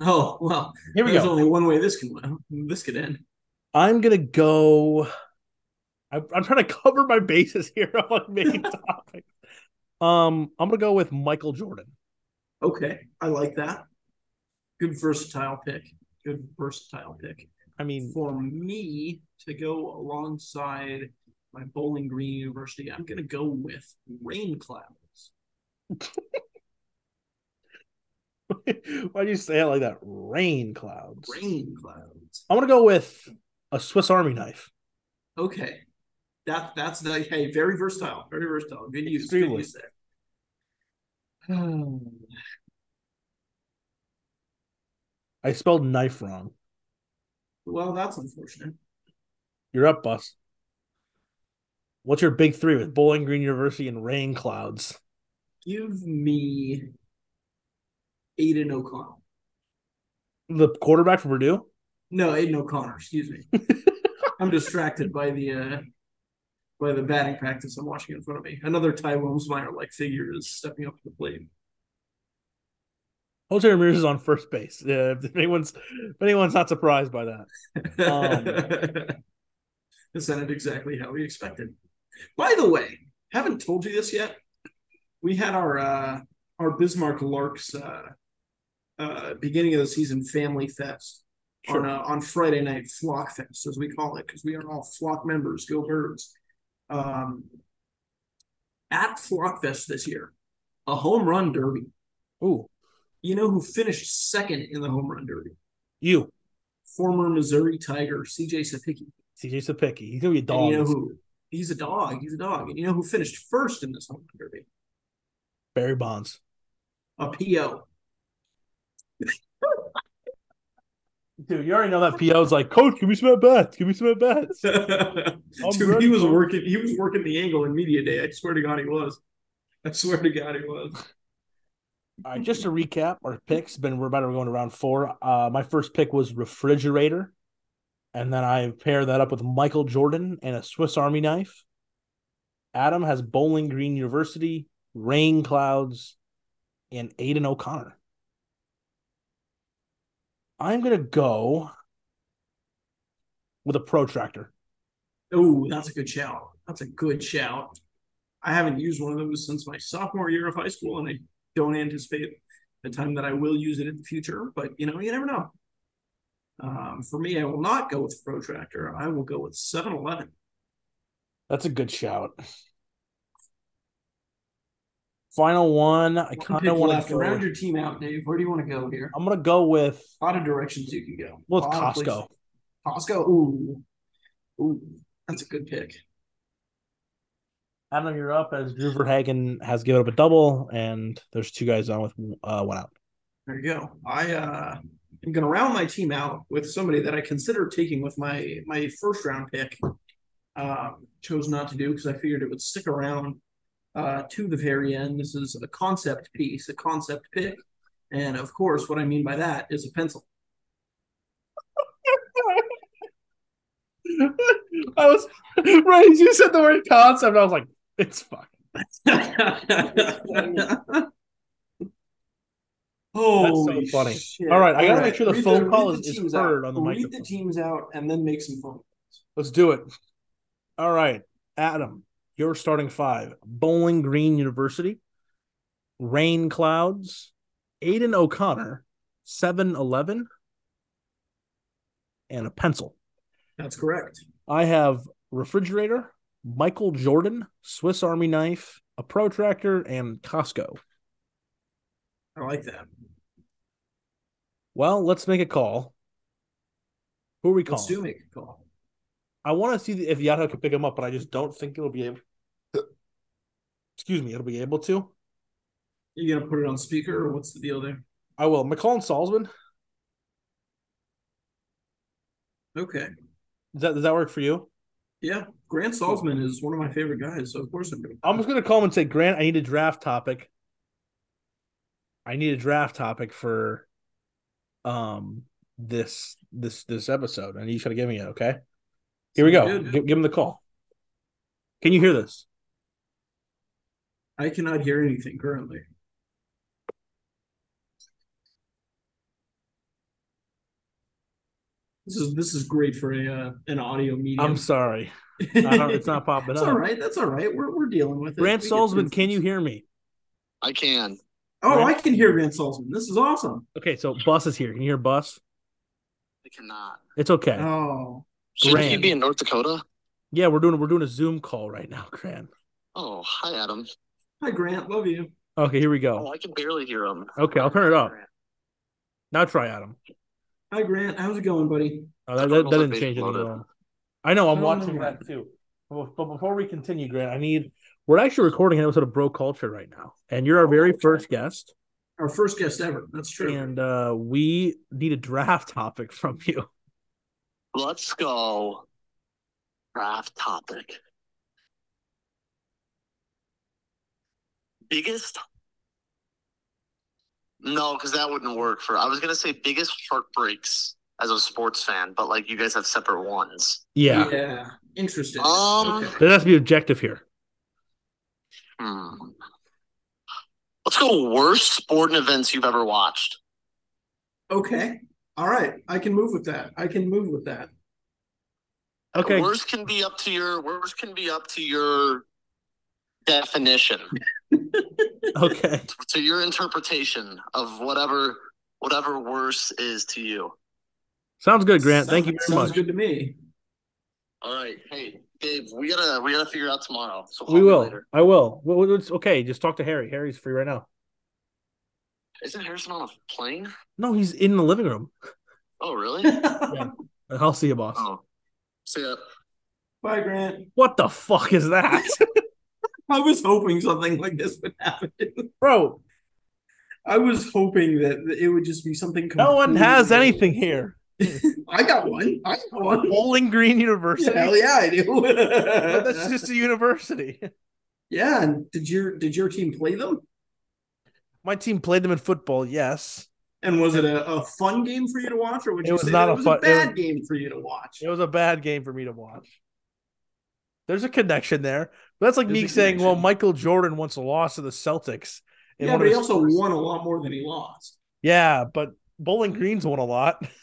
[SPEAKER 2] oh, well,
[SPEAKER 1] Here we
[SPEAKER 2] there's
[SPEAKER 1] go.
[SPEAKER 2] only one way this can this could end.
[SPEAKER 1] I'm going to go. I'm, I'm trying to cover my bases here on main topic. Um, I'm going to go with Michael Jordan.
[SPEAKER 2] Okay, I like that. Good versatile pick. Good versatile pick.
[SPEAKER 1] I mean,
[SPEAKER 2] For me to go alongside my Bowling Green University, I'm going to go with Rain Clouds.
[SPEAKER 1] why do you say it like that? Rain clouds.
[SPEAKER 2] Rain Clouds.
[SPEAKER 1] I'm going to go with a Swiss Army knife.
[SPEAKER 2] Okay, that that's like hey, very versatile, very versatile. Good use, good
[SPEAKER 1] Extremely.
[SPEAKER 2] use there. Um,
[SPEAKER 1] I spelled knife wrong.
[SPEAKER 2] well, that's unfortunate.
[SPEAKER 1] You're up, boss. What's your big three with Bowling Green University and Rain Clouds?
[SPEAKER 2] Give me Aiden O'Connell.
[SPEAKER 1] The quarterback for Purdue?
[SPEAKER 2] No, Aiden O'Connor. Excuse me. I'm distracted by the uh, by the batting practice I'm watching in front of me. Another Ty Wilmsmeyer like figure is stepping up to the plate.
[SPEAKER 1] Jose Ramirez is on first base. Uh, if anyone's if anyone's not surprised by that.
[SPEAKER 2] this ended exactly how we expected. By the way, haven't told you this yet. We had our uh, our Bismarck Larks uh, uh, beginning of the season family fest on uh, on Friday night flock fest as we call it because we are all flock members. Go birds! Um, at flock fest this year, a home run derby.
[SPEAKER 1] Ooh,
[SPEAKER 2] You know who finished second in the home run derby?
[SPEAKER 1] you,
[SPEAKER 2] Former Missouri Tiger C.J. Sapicki.
[SPEAKER 1] CJ Sapicki. He's gonna be a
[SPEAKER 2] And
[SPEAKER 1] dog.
[SPEAKER 2] you know who? He's a dog. He's a dog. And you know who finished first in this home run derby?
[SPEAKER 1] Barry Bonds.
[SPEAKER 2] A PO.
[SPEAKER 1] Dude, you already know that PO's like, Coach, give me some at bats. Give me some at bats.
[SPEAKER 2] Dude,
[SPEAKER 1] ready,
[SPEAKER 2] he was
[SPEAKER 1] bro.
[SPEAKER 2] working. He was working the angle in media day. I swear to God, he was. I swear to God, he was.
[SPEAKER 1] All right, just to recap our picks, been we're about to go into round four. Uh, my first pick was refrigerator, and then I pair that up with Michael Jordan and a Swiss Army knife. Adam has Bowling Green University, rain clouds, and Aiden O'Connor. I'm gonna go with a protractor.
[SPEAKER 2] Oh, that's a good shout. That's a good shout. I haven't used one of those since my sophomore year of high school, and I don't anticipate the time that I will use it in the future. But you know, you never know. Um, for me, I will not go with the protractor. I will go with 7-Eleven.
[SPEAKER 1] That's a good shout. Final one. I
[SPEAKER 2] One
[SPEAKER 1] kind
[SPEAKER 2] pick
[SPEAKER 1] of want
[SPEAKER 2] left.
[SPEAKER 1] to.
[SPEAKER 2] round
[SPEAKER 1] Go,
[SPEAKER 2] your team out, Dave. Where do you want to go here?
[SPEAKER 1] I'm gonna go with.
[SPEAKER 2] A lot of directions you can go.
[SPEAKER 1] Well, it's
[SPEAKER 2] A lot of
[SPEAKER 1] Costco.
[SPEAKER 2] places. Costco. Ooh, ooh, that's a good pick.
[SPEAKER 1] Adam, you're up as Drew Verhagen has given up a double, and there's two guys on with uh, one out.
[SPEAKER 2] There you go. I uh, am going to round my team out with somebody that I considered taking with my my first round pick. Um, chose not to do because I figured it would stick around uh, to the very end. This is a concept piece, a concept pick, and of course, what I mean by that is a pencil.
[SPEAKER 1] I was right. You said the word concept. I was like, it's fuck.
[SPEAKER 2] Oh,
[SPEAKER 1] funny. All right, I gotta make sure the phone call is- is heard on the
[SPEAKER 2] Read the
[SPEAKER 1] microphone.
[SPEAKER 2] teams out and then make some phone.
[SPEAKER 1] Let's do it. All right, Adam, your starting five: Bowling Green University, Rain Clouds, Aiden O'Connor, Seven Eleven, and a pencil.
[SPEAKER 2] That's correct.
[SPEAKER 1] I have refrigerator, Michael Jordan, Swiss Army knife, a protractor, and Costco.
[SPEAKER 2] I like that.
[SPEAKER 1] Well, let's make a call. Who are we
[SPEAKER 2] Let's
[SPEAKER 1] calling?
[SPEAKER 2] do make a call.
[SPEAKER 1] I want to see if Yato can pick him up, but I just don't think it'll be able. Excuse me, it'll be able to.
[SPEAKER 2] You gonna put it on speaker, or what's the deal there?
[SPEAKER 1] I will. McCall and Salzman.
[SPEAKER 2] Okay.
[SPEAKER 1] Does that does that work for you?
[SPEAKER 2] Yeah, Grant Salzman is one of my favorite guys, so of course I'm going.
[SPEAKER 1] I'm just gonna call him and say, Grant, I need a draft topic. I need a draft topic for, um, this this this episode, and you should give me it. Okay, here we go.
[SPEAKER 2] Sounds good.
[SPEAKER 1] Give, give him the call. Can you hear this?
[SPEAKER 2] I cannot hear anything currently. This is this is great for a uh, an audio medium.
[SPEAKER 1] I'm sorry, I don't, it's not popping
[SPEAKER 2] That's
[SPEAKER 1] up.
[SPEAKER 2] all right. That's all right. We're we're dealing with it.
[SPEAKER 1] Grant
[SPEAKER 2] We get through
[SPEAKER 1] Salzman, can
[SPEAKER 2] this.
[SPEAKER 1] you hear me?
[SPEAKER 3] I can.
[SPEAKER 2] Oh,
[SPEAKER 1] Grant-
[SPEAKER 2] I can hear Grant Salzman. This is awesome.
[SPEAKER 1] Okay, so Bus is here. Can you hear Bus?
[SPEAKER 3] I cannot.
[SPEAKER 1] It's okay.
[SPEAKER 2] Oh,
[SPEAKER 3] Shouldn't he
[SPEAKER 1] Grand.
[SPEAKER 3] be in North Dakota?
[SPEAKER 1] Yeah, we're doing we're doing a Zoom call right now, Grant.
[SPEAKER 3] Oh, hi, Adam.
[SPEAKER 2] hi Grant. Love you.
[SPEAKER 1] Okay, here we
[SPEAKER 3] Oh,
[SPEAKER 1] go.
[SPEAKER 3] I can barely hear him.
[SPEAKER 1] Okay, I'll turn it up. Now try Adam.
[SPEAKER 2] Hi Grant. How's it going, buddy?
[SPEAKER 1] Oh, that,
[SPEAKER 3] I don't
[SPEAKER 1] that,
[SPEAKER 3] know
[SPEAKER 1] that
[SPEAKER 3] that
[SPEAKER 1] didn't
[SPEAKER 3] they
[SPEAKER 1] change
[SPEAKER 3] uploaded.
[SPEAKER 1] anything. I know. I'm
[SPEAKER 2] No,
[SPEAKER 1] watching
[SPEAKER 2] no.
[SPEAKER 1] that too. But but before we continue, Grant, I need Oh, we're actually recording an episode of Bro Culture right now, and you're our very first guest,
[SPEAKER 2] Our first guest ever. That's true.
[SPEAKER 1] and uh, we need a draft topic from you.
[SPEAKER 3] Let's go. Draft topic. Biggest? No, because that wouldn't work for. I was gonna say biggest heartbreaks as a sports fan, but like you guys have separate ones.
[SPEAKER 1] Yeah,
[SPEAKER 2] Interesting.
[SPEAKER 3] Um,
[SPEAKER 2] okay.
[SPEAKER 1] there has to be objective here.
[SPEAKER 3] Hmm. Let's go worst sporting events you've ever watched.
[SPEAKER 2] Okay. All right. I can move with that. I can move with that.
[SPEAKER 1] Okay,
[SPEAKER 3] Worst can be up to your worst can be up to your definition,
[SPEAKER 1] okay,
[SPEAKER 3] to your interpretation of whatever whatever worse is to you.
[SPEAKER 1] sounds good, Grant. Thank you very
[SPEAKER 2] Sounds
[SPEAKER 1] much.
[SPEAKER 2] good to me.
[SPEAKER 3] All right, hey Dave, we gotta we gotta figure out tomorrow. So call
[SPEAKER 1] We
[SPEAKER 3] me
[SPEAKER 1] will.
[SPEAKER 3] Later.
[SPEAKER 1] I will. Well, well, it's okay. Just talk to Harry. Harry's free right now.
[SPEAKER 3] Isn't Harrison on a plane?
[SPEAKER 1] No, he's in the living room.
[SPEAKER 3] Oh really?
[SPEAKER 1] I'll see you, boss.
[SPEAKER 3] oh, see ya.
[SPEAKER 2] Bye, Grant.
[SPEAKER 1] What the fuck is that,
[SPEAKER 2] I was hoping something like this would happen.
[SPEAKER 1] bro?
[SPEAKER 2] I was hoping that it would just be something.
[SPEAKER 1] No one has
[SPEAKER 2] completely-
[SPEAKER 1] anything here.
[SPEAKER 2] I got one. I got one.
[SPEAKER 1] Bowling Green University.
[SPEAKER 2] Hell yeah, I do.
[SPEAKER 1] But that's just a university.
[SPEAKER 2] yeah. And did your did your team play them?
[SPEAKER 1] My team played them in football. Yes,
[SPEAKER 2] And was it a, a fun game for you to watch, or would
[SPEAKER 1] It
[SPEAKER 2] you
[SPEAKER 1] was
[SPEAKER 2] say
[SPEAKER 1] not
[SPEAKER 2] that
[SPEAKER 1] a
[SPEAKER 2] it was
[SPEAKER 1] fun- it
[SPEAKER 2] a bad game for you to watch?
[SPEAKER 1] it was a bad game for me to watch. There's a connection there. But that's like
[SPEAKER 2] There's
[SPEAKER 1] me
[SPEAKER 2] a
[SPEAKER 1] saying, "Well,
[SPEAKER 2] connection.
[SPEAKER 1] Michael Jordan once lost to the Celtics." in
[SPEAKER 2] Yeah,
[SPEAKER 1] one
[SPEAKER 2] but
[SPEAKER 1] of
[SPEAKER 2] he
[SPEAKER 1] his-
[SPEAKER 2] also won a lot more than he lost.
[SPEAKER 1] yeah, but Bowling Green's won a lot.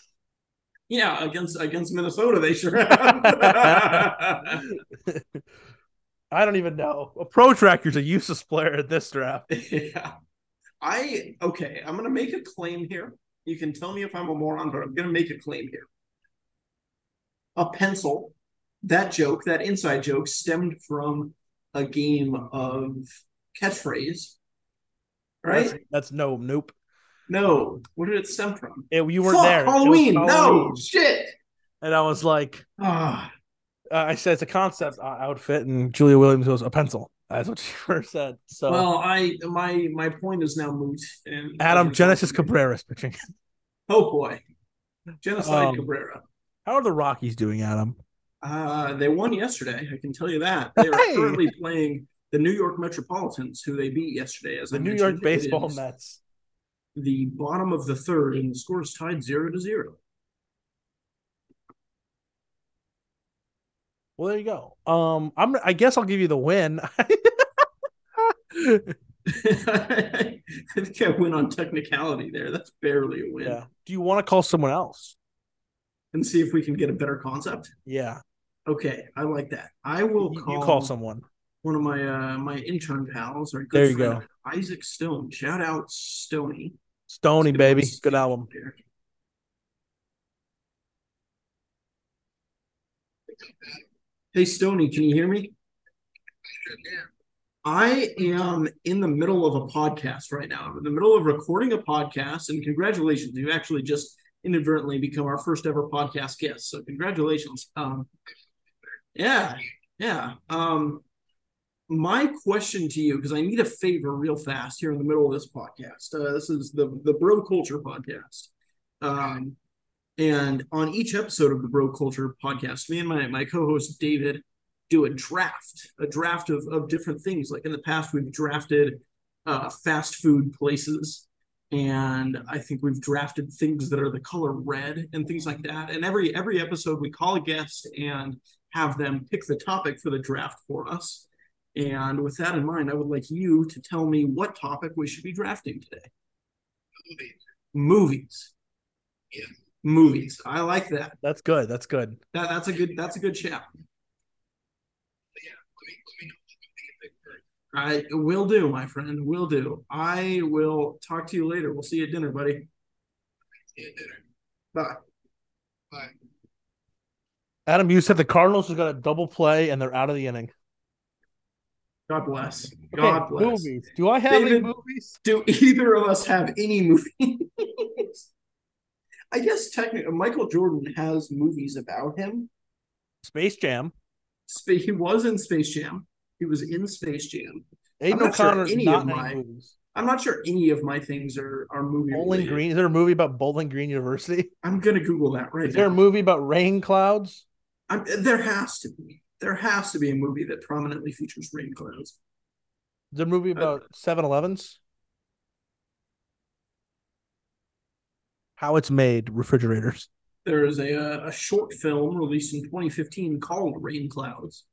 [SPEAKER 2] Yeah, against against Minnesota, they sure have.
[SPEAKER 1] I don't even know. A protractor's a useless player at this draft.
[SPEAKER 2] yeah. I okay, I'm gonna make a claim here. You can tell me if I'm a moron, but I'm gonna make a claim here. A pencil, that joke, that inside joke stemmed from a game of catchphrase. Right?
[SPEAKER 1] That's, that's no, nope.
[SPEAKER 2] No. What did it stem from?
[SPEAKER 1] It, you weren't
[SPEAKER 2] Fuck,
[SPEAKER 1] there. It was
[SPEAKER 2] Halloween. No
[SPEAKER 1] Halloween.
[SPEAKER 2] shit.
[SPEAKER 1] And I was like,
[SPEAKER 2] Ah,
[SPEAKER 1] uh, I said it's a concept uh, outfit, and Julia Williams was a pencil. That's what she first said. So
[SPEAKER 2] well, I my my point is now moot. And
[SPEAKER 1] Adam Genesis Cabrera is pitching.
[SPEAKER 2] Oh boy, genocide
[SPEAKER 1] Um,
[SPEAKER 2] Cabrera.
[SPEAKER 1] How are the Rockies doing, Adam?
[SPEAKER 2] Uh, they won yesterday. I can tell you that they are
[SPEAKER 1] Hey!
[SPEAKER 2] currently playing the New York Metropolitans, who they beat yesterday. As
[SPEAKER 1] The
[SPEAKER 2] I
[SPEAKER 1] New
[SPEAKER 2] mentioned.
[SPEAKER 1] York
[SPEAKER 2] It
[SPEAKER 1] baseball
[SPEAKER 2] is
[SPEAKER 1] Mets.
[SPEAKER 2] the bottom of the third, and the score is tied zero to zero.
[SPEAKER 1] Well, there you go. Um, I'm. I guess I'll give you the win.
[SPEAKER 2] I think I went on technicality there. That's barely a win.
[SPEAKER 1] yeah. Do you want to call someone else?
[SPEAKER 2] And see if we can get a better concept.
[SPEAKER 1] Yeah.
[SPEAKER 2] Okay, I like that. I will
[SPEAKER 1] you,
[SPEAKER 2] call,
[SPEAKER 1] you call someone.
[SPEAKER 2] one of my uh, my intern pals. Our good
[SPEAKER 1] There you
[SPEAKER 2] friend, Isaac Stone. Shout out Stoney.
[SPEAKER 1] Stony
[SPEAKER 2] Good
[SPEAKER 1] baby.
[SPEAKER 2] ones.
[SPEAKER 1] Good album.
[SPEAKER 2] There. Hey Stony, can you hear me? I am in the middle of a podcast right now. I'm in the middle of recording a podcast, and congratulations, you actually just inadvertently become our first ever podcast guest. So congratulations. Um, yeah, yeah. Um, my question to you, because I need a favor real fast here in the middle of this podcast. Uh, this is the the Bro Culture podcast. Um, and on each episode of the Bro Culture podcast, me and my, my co host David do a draft, a draft of, of different things. Like in the past, we've drafted uh, fast food places. And I think we've drafted things that are the color red and things like that. And every every episode, we call a guest and have them pick the topic for the draft for us. And with that in mind, I would like you to tell me what topic we should be drafting today.
[SPEAKER 3] Movies.
[SPEAKER 2] Movies.
[SPEAKER 3] Yeah.
[SPEAKER 2] Movies. I like that.
[SPEAKER 1] That's good. That's good.
[SPEAKER 2] that that's a good that's a good chat.
[SPEAKER 3] Let me, let me know what you think of it first.
[SPEAKER 2] I will do, my friend. Will do. I will talk to you later. We'll see you at dinner, buddy.
[SPEAKER 3] See you at dinner.
[SPEAKER 2] Bye.
[SPEAKER 3] Bye.
[SPEAKER 1] Adam, you said the Cardinals have got a double play and they're out of the inning.
[SPEAKER 2] God bless. God
[SPEAKER 1] Okay,
[SPEAKER 2] bless.
[SPEAKER 1] Movies. Do I have any
[SPEAKER 2] David-
[SPEAKER 1] movies?
[SPEAKER 2] Do either of us have any movies? I guess technically, Michael Jordan has movies about him.
[SPEAKER 1] Space Jam.
[SPEAKER 2] Spa- He was in Space Jam. He was in Space Jam.
[SPEAKER 1] Aiden
[SPEAKER 2] not sure
[SPEAKER 1] O'Connor is
[SPEAKER 2] any
[SPEAKER 1] not
[SPEAKER 2] of
[SPEAKER 1] in
[SPEAKER 2] my-
[SPEAKER 1] any movies.
[SPEAKER 2] I'm not sure any of my things are are movie
[SPEAKER 1] Bowling
[SPEAKER 2] related.
[SPEAKER 1] Green. Is there a movie about Bowling Green University?
[SPEAKER 2] I'm gonna Google that right
[SPEAKER 1] Is there a
[SPEAKER 2] now.
[SPEAKER 1] movie about rain clouds?
[SPEAKER 2] I'm, there has to be. There has to be a movie that prominently features rain clouds.
[SPEAKER 1] Is there a movie about 7 Elevens? How it's made, refrigerators.
[SPEAKER 2] There is a, uh, a short film released in 2015 called Rain Clouds.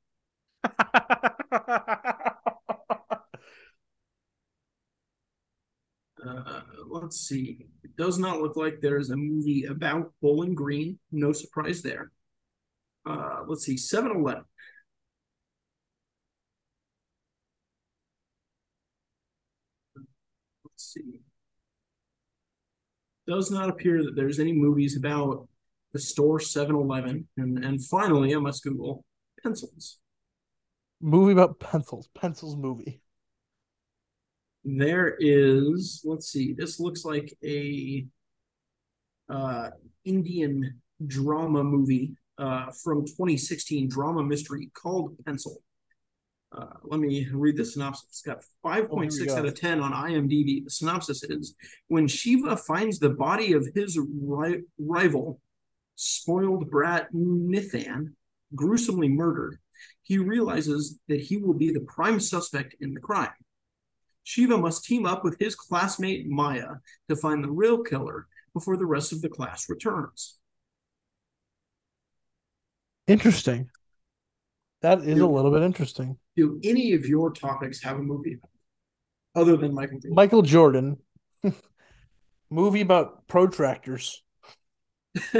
[SPEAKER 2] Uh, let's see. It does not look like there is a movie about Bowling Green. No surprise there. Uh, let's see. 7 Eleven. Let's see. Does not appear that there's any movies about the store 7 Eleven. And, and finally, I must Google pencils.
[SPEAKER 1] movie about pencils. Pencils movie.
[SPEAKER 2] There is, let's see, this looks like a uh Indian drama movie uh from 2016 drama mystery called Pencil. Uh, let me read the synopsis. It's got
[SPEAKER 1] Oh, here
[SPEAKER 2] 5.6
[SPEAKER 1] we
[SPEAKER 2] out
[SPEAKER 1] go.
[SPEAKER 2] of 10 on IMDb. The synopsis is when Shiva finds the body of his ri- rival, spoiled brat Nithan, gruesomely murdered, he realizes that he will be the prime suspect in the crime. Shiva must team up with his classmate Maya to find the real killer before the rest of the class returns.
[SPEAKER 1] Interesting. That is a
[SPEAKER 2] Dude.
[SPEAKER 1] little bit interesting.
[SPEAKER 2] Do any of your topics have a movie about it, other than Michael? Jordan?
[SPEAKER 1] Michael Jordan. movie about protractors.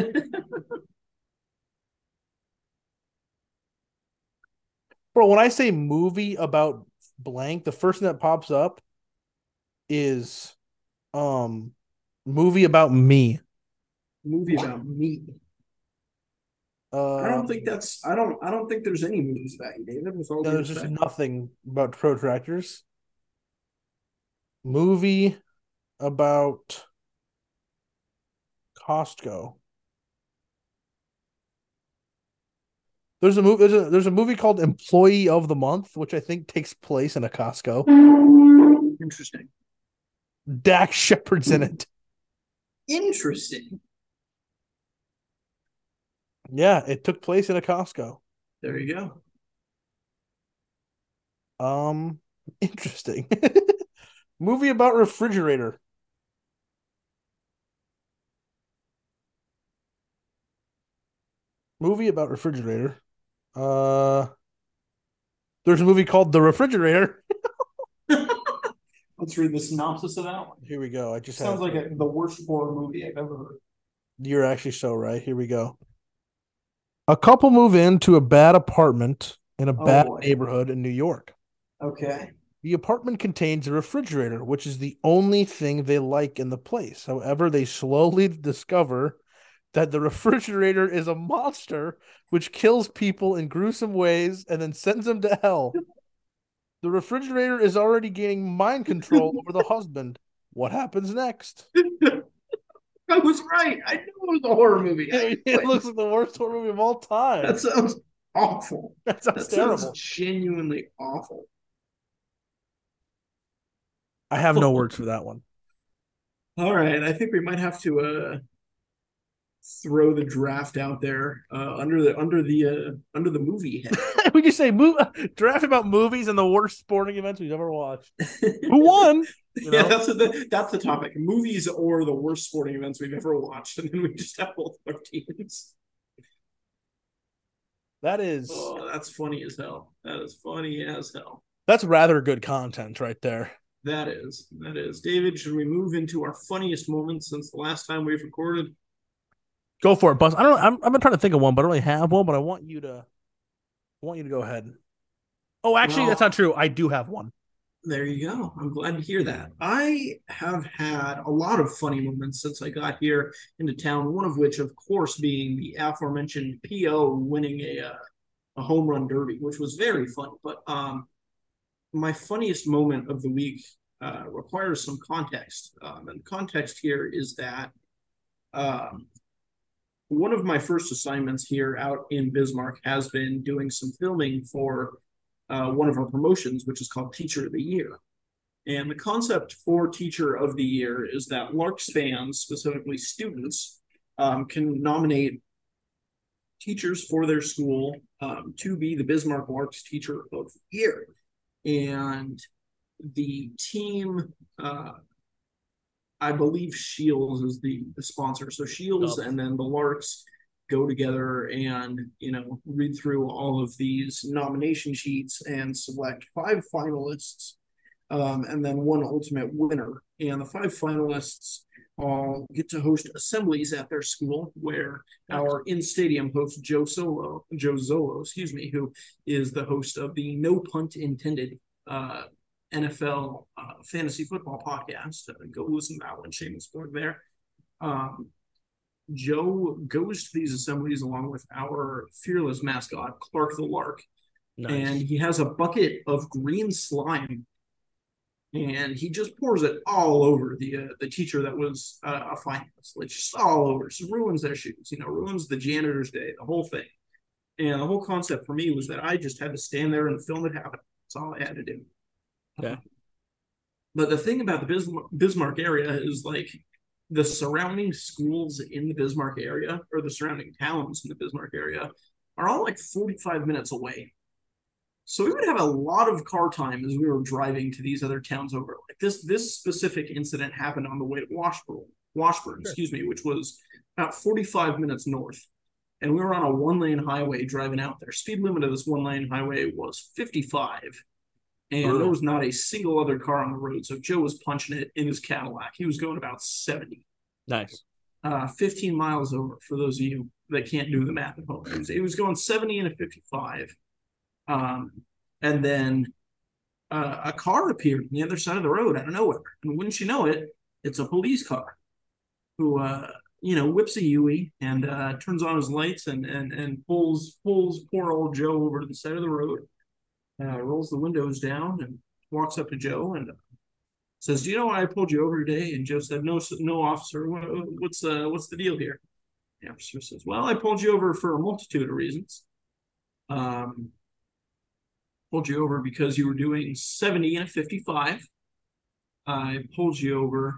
[SPEAKER 1] Bro, when I say movie about blank, the first thing that pops up is um movie about me.
[SPEAKER 2] movie about me.
[SPEAKER 1] Uh,
[SPEAKER 2] I don't think that's. I don't. I don't think there's any movies about you, David. With all
[SPEAKER 1] no,
[SPEAKER 2] due
[SPEAKER 1] there's just
[SPEAKER 2] respect.
[SPEAKER 1] nothing about protractors. Movie about Costco. There's a movie. There's a, there's a movie called Employee of the Month, which I think takes place in a Costco.
[SPEAKER 2] interesting.
[SPEAKER 1] Dak Shepard's in it.
[SPEAKER 2] Interesting.
[SPEAKER 1] Yeah, it took place in a Costco.
[SPEAKER 2] There you go.
[SPEAKER 1] Um, interesting. Movie about refrigerator. Movie about refrigerator. Uh, there's a movie called The Refrigerator.
[SPEAKER 2] Let's read the synopsis of that one.
[SPEAKER 1] Here we go. I just have,
[SPEAKER 2] Sounds like a, the worst horror movie I've ever heard.
[SPEAKER 1] you're actually so right. Here we go. A couple move into a bad apartment in a
[SPEAKER 2] Oh,
[SPEAKER 1] bad
[SPEAKER 2] boy.
[SPEAKER 1] neighborhood in New York.
[SPEAKER 2] Okay.
[SPEAKER 1] The apartment contains a refrigerator, which is the only thing they like in the place. However, they slowly discover that the refrigerator is a monster which kills people in gruesome ways and then sends them to hell. The refrigerator is already gaining mind control over the husband. What happens next?
[SPEAKER 2] I was right. I knew it was a horror movie.
[SPEAKER 1] It, it looks like the worst horror movie of all time.
[SPEAKER 2] that sounds awful.
[SPEAKER 1] that
[SPEAKER 2] That
[SPEAKER 1] sounds terrible.
[SPEAKER 2] sounds genuinely awful.
[SPEAKER 1] I have no words for that one.
[SPEAKER 2] All right, I think we might have to uh throw the draft out there uh under the under the uh under the movie head.
[SPEAKER 1] we could say move, draft about movies and the worst sporting events we've ever watched. Who won? You
[SPEAKER 2] Yeah,
[SPEAKER 1] know?
[SPEAKER 2] that's the that's the topic. Movies or the worst sporting events we've ever watched, and then we just have both our teams.
[SPEAKER 1] That is
[SPEAKER 2] Oh, that's funny as hell. That is funny as hell.
[SPEAKER 1] that's rather good content right there.
[SPEAKER 2] That is that is. David, should we move into our funniest moments since the last time we've recorded?
[SPEAKER 1] Go for it, Buzz. I don't. I'm. I've been trying to think of one, but I don't really have one. But I want you to. I want you to go ahead. Oh, actually,
[SPEAKER 2] Well-
[SPEAKER 1] that's not true. I do have one.
[SPEAKER 2] There you go. I'm glad to hear that. I have had a lot of funny moments since I got here into town. One of which, of course, being the aforementioned PO winning a uh, a home run derby, which was very fun. But um, my funniest moment of the week uh, requires some context, um, and context here is that um, one of my first assignments here out in Bismarck has been doing some filming for uh, one of our promotions, which is called Teacher of the Year. And the concept for Teacher of the Year is that Larks fans, specifically students, um, can nominate teachers for their school um, to be the Bismarck Larks Teacher of the Year. And the team, uh, I believe Shields is the, the sponsor. So Shields
[SPEAKER 1] Oh.
[SPEAKER 2] and then the Larks go together and you know read through all of these nomination sheets and select five finalists um, and then one ultimate winner and the five finalists all get to host assemblies at their school where our in-stadium host joe solo joe zolo excuse me who is the host of the no punt intended uh, nfl uh, fantasy football podcast uh, go listen to that one shameless plug there um, Joe goes to these assemblies along with our fearless mascot, Clark the Lark, and he has a bucket of green slime, and he just pours it all over the uh, the teacher that was uh, a finalist, like just all over, just ruins their shoes, you know, ruins the janitor's day, the whole thing. And the whole concept for me was that I just had to stand there and film it happen. That's all I had to do.
[SPEAKER 1] Okay.
[SPEAKER 2] But the thing about the Bismarck, Bismarck area is like the surrounding schools in the Bismarck area or the surrounding towns in the Bismarck area are all like 45 minutes away. So we would have a lot of car time as we were driving to these other towns over. Like this, this specific incident happened on the way to Washburn, Washburn,
[SPEAKER 1] Sure.
[SPEAKER 2] excuse me, which was about 45 minutes north. And we were on a one lane highway driving out there. Speed limit of this one lane highway was 55. And there was not a single other car on the road. So Joe was punching it in his Cadillac. He was going about 70
[SPEAKER 1] nice.
[SPEAKER 2] uh, 15 miles over for those of you that can't do the math at home. It was, it was going 70 and a 55. Um, and then uh, a car appeared on the other side of the road out of nowhere. And wouldn't you know it, it's a police car who, uh, you know, whips a Yui and uh, turns on his lights and, and, and pulls, pulls poor old Joe over to the side of the road, uh, rolls the windows down and walks up to Joe and says, "Do you know why I pulled you over today?" And Joe said, "No, s- no, officer. Wha- What's uh, what's the deal here?" The officer says, "Well, I pulled you over for a multitude of reasons. Um, pulled you over because you were doing seventy and a fifty-five. I pulled you over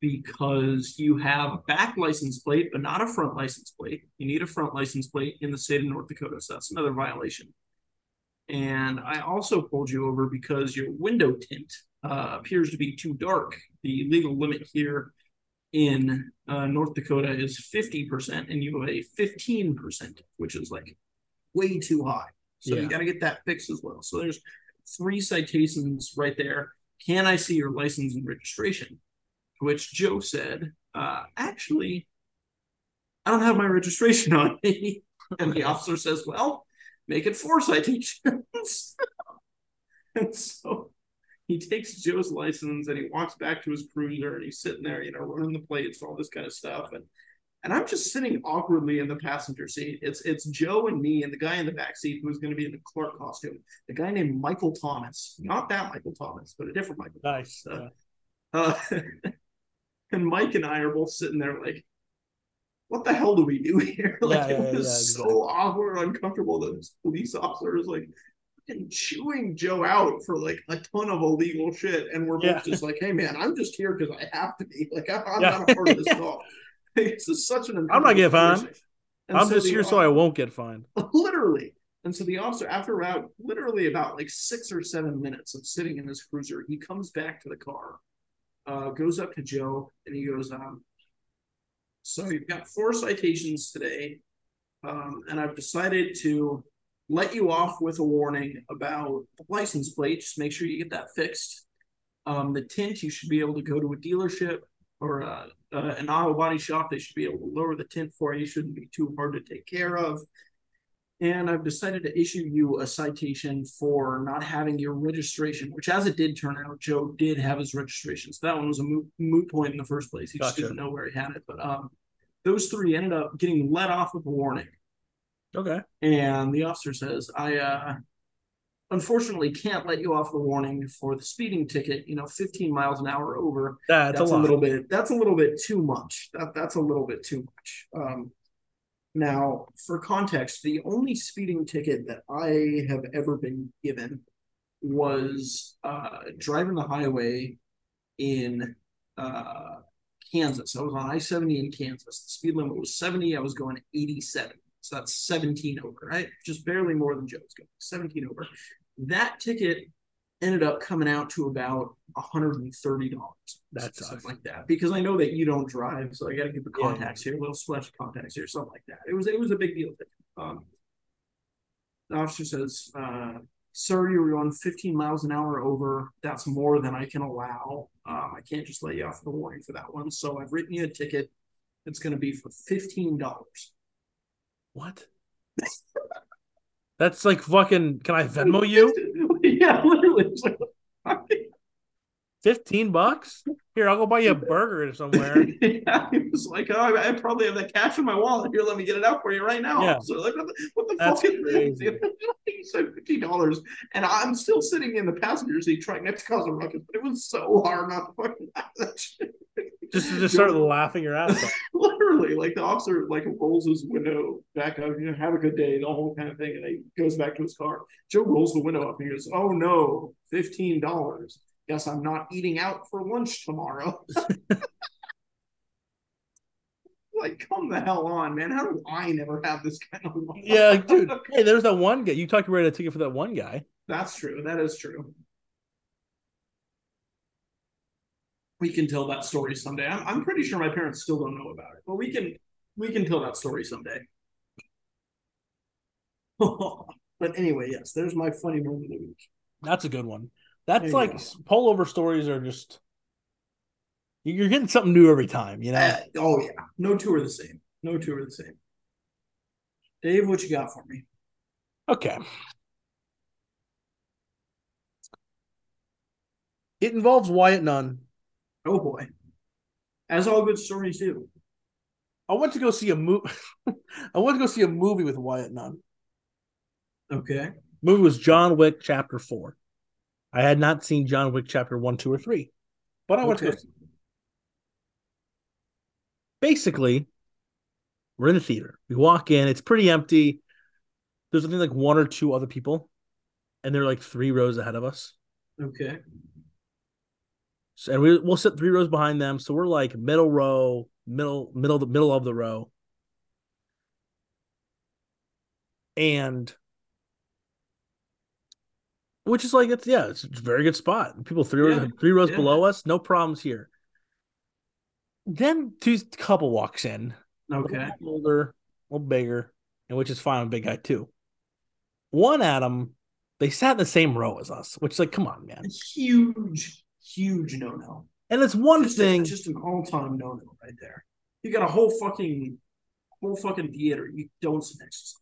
[SPEAKER 2] because you have a back license plate, but not a front license plate. You need a front license plate in the state of North Dakota, so that's another violation." And I also pulled you over because your window tint uh, appears to be too dark. The legal limit here in uh, North Dakota is 50%, and you have a 15%, which is like way too high. So
[SPEAKER 1] Yeah.
[SPEAKER 2] you got to get that fixed as well. So there's three citations right there. Can I see your license and registration? To which Joe said, uh, actually, I don't have my registration on me. and the officer says, well, make it four citations. and so he takes Joe's license and he walks back to his cruiser and he's sitting there, you know, running the plates, all this kind of stuff. And and I'm just sitting awkwardly in the passenger seat. It's it's Joe and me and the guy in the back seat who's going to be in the clerk costume. The guy named Michael Thomas, not that Michael Thomas, but a different Michael.
[SPEAKER 1] Nice.
[SPEAKER 2] Thomas. Uh, and Mike and I are both sitting there like, what the hell do we do here?
[SPEAKER 1] Yeah,
[SPEAKER 2] like
[SPEAKER 1] yeah,
[SPEAKER 2] it was
[SPEAKER 1] yeah,
[SPEAKER 2] so
[SPEAKER 1] exactly.
[SPEAKER 2] awkward, uncomfortable that this police officer is like fucking chewing Joe out for like a ton of illegal shit, and we're both
[SPEAKER 1] Yeah.
[SPEAKER 2] just like, hey man, I'm just here because I have to be. Like I- I'm
[SPEAKER 1] Yeah.
[SPEAKER 2] not a part of this at all. Like, this is such an
[SPEAKER 1] I'm not getting
[SPEAKER 2] uncomfortable
[SPEAKER 1] fined.
[SPEAKER 2] conversation. And
[SPEAKER 1] I'm
[SPEAKER 2] so
[SPEAKER 1] just
[SPEAKER 2] the
[SPEAKER 1] here so
[SPEAKER 2] officer-
[SPEAKER 1] I won't get fined.
[SPEAKER 2] literally. And so the officer, after about literally about like six or seven minutes of sitting in this cruiser, he comes back to the car, uh, goes up to Joe, and he goes, um, "So you've got four citations today, um, and I've decided to let you off with a warning about the license plate. Just make sure you get that fixed. Um, the tint, you should be able to go to a dealership." Or uh, uh, an auto body shop, they should be able to lower the tint for you. Shouldn't be too hard to take care of and I've decided to issue you a citation for not having your registration, which, as it did turn out, Joe did have his registration. So that one was a moot, moot point in the first place. He just
[SPEAKER 1] Gotcha.
[SPEAKER 2] didn't know where he had it. But um, those three ended up getting let off with a warning.
[SPEAKER 1] Okay.
[SPEAKER 2] And the officer says, I uh, unfortunately can't let you off the warning for the speeding ticket, you know, 15 miles an hour over
[SPEAKER 1] That's,
[SPEAKER 2] that's
[SPEAKER 1] a
[SPEAKER 2] a,
[SPEAKER 1] lot.
[SPEAKER 2] little bit that's a little bit too much that that's a little bit too much um now for context the only speeding ticket that i have ever been given was uh driving the highway in uh kansas i was on i-70 in kansas the speed limit was 70 i was going 87 so that's 17 over right just barely more than joe's going 17 over that ticket ended up coming out to about $130
[SPEAKER 1] That sucks.
[SPEAKER 2] something like that because i know that you don't drive so i got to give the
[SPEAKER 1] Yeah.
[SPEAKER 2] contacts here a little splash of contacts here something like that it was it was a big deal um, the officer says uh, sir you were going 15 miles an hour over that's more than i can allow um, i can't just let you off the warning for that one so i've written you a ticket it's going to be for $15
[SPEAKER 1] What? That's like fucking. Can I Venmo you?
[SPEAKER 2] yeah literally It's like,
[SPEAKER 1] Fifteen bucks? Here, I'll go buy you a burger somewhere.
[SPEAKER 2] yeah, he was like, oh, I, I probably have that cash in my wallet. Here, let me get it out for you right now.
[SPEAKER 1] Yeah.
[SPEAKER 2] So like, what the, what the
[SPEAKER 1] That's
[SPEAKER 2] fuck is this?
[SPEAKER 1] crazy.
[SPEAKER 2] he said fifty dollars, and I'm still sitting in the passenger seat trying not to cause a ruckus. But it was so hard not to fucking laugh at that shit.
[SPEAKER 1] Just just start laughing your ass off.
[SPEAKER 2] Literally, like the officer like rolls his window back up, you know, have a good day, the whole kind of thing, and he goes back to his car. Joe rolls the window up and he goes, "Oh no, fifteen dollars. Guess I'm not eating out for lunch tomorrow." like, come the hell on, man! How do I never have this kind of? Luck?
[SPEAKER 1] Yeah, like, dude. Hey, there's that one guy. You talked about a ticket for that one guy.
[SPEAKER 2] That's true. That is true. We can tell that story someday. I'm, I'm pretty sure my parents still don't know about it, but we can we can tell that story someday. but anyway, yes, there's my funny moment of the week.
[SPEAKER 1] That's a good one. That's
[SPEAKER 2] There you
[SPEAKER 1] like
[SPEAKER 2] go.
[SPEAKER 1] pullover stories are just. You're getting something new every time, you know.
[SPEAKER 2] Uh, oh yeah, no two are the same. No two are the same. Dave, what you got for me?
[SPEAKER 1] Okay. It involves Wyatt Nunn.
[SPEAKER 2] Oh boy, as all good stories do.
[SPEAKER 1] I went to go see a movie. I went to go see a movie with Wyatt Nunn.
[SPEAKER 2] Okay.
[SPEAKER 1] movie was John Wick Chapter Four. I had not seen John Wick Chapter One, Two, or Three, but I went to
[SPEAKER 2] Okay.
[SPEAKER 1] go. see it. Basically, we're in the theater. We walk in. It's pretty empty. There's only like one or two other people, and they're like three rows ahead of us.
[SPEAKER 2] Okay.
[SPEAKER 1] So, and we we'll sit three rows behind them. So we're like middle row, middle, middle, the middle of the row. And which is like it's yeah, it's a very good spot. People three
[SPEAKER 2] Yeah,
[SPEAKER 1] rows three rows
[SPEAKER 2] yeah.
[SPEAKER 1] below us, no problems here. Then two couple walks in, a
[SPEAKER 2] Okay.
[SPEAKER 1] little older, a little bigger, and which is fine with big guy too. One Adam, they sat in the same row as us, which is like, come on, man.
[SPEAKER 2] Huge, huge no no.
[SPEAKER 1] And it's one
[SPEAKER 2] just,
[SPEAKER 1] thing.
[SPEAKER 2] just an all-time no-no right there. You got a whole fucking whole fucking theater. You don't sit next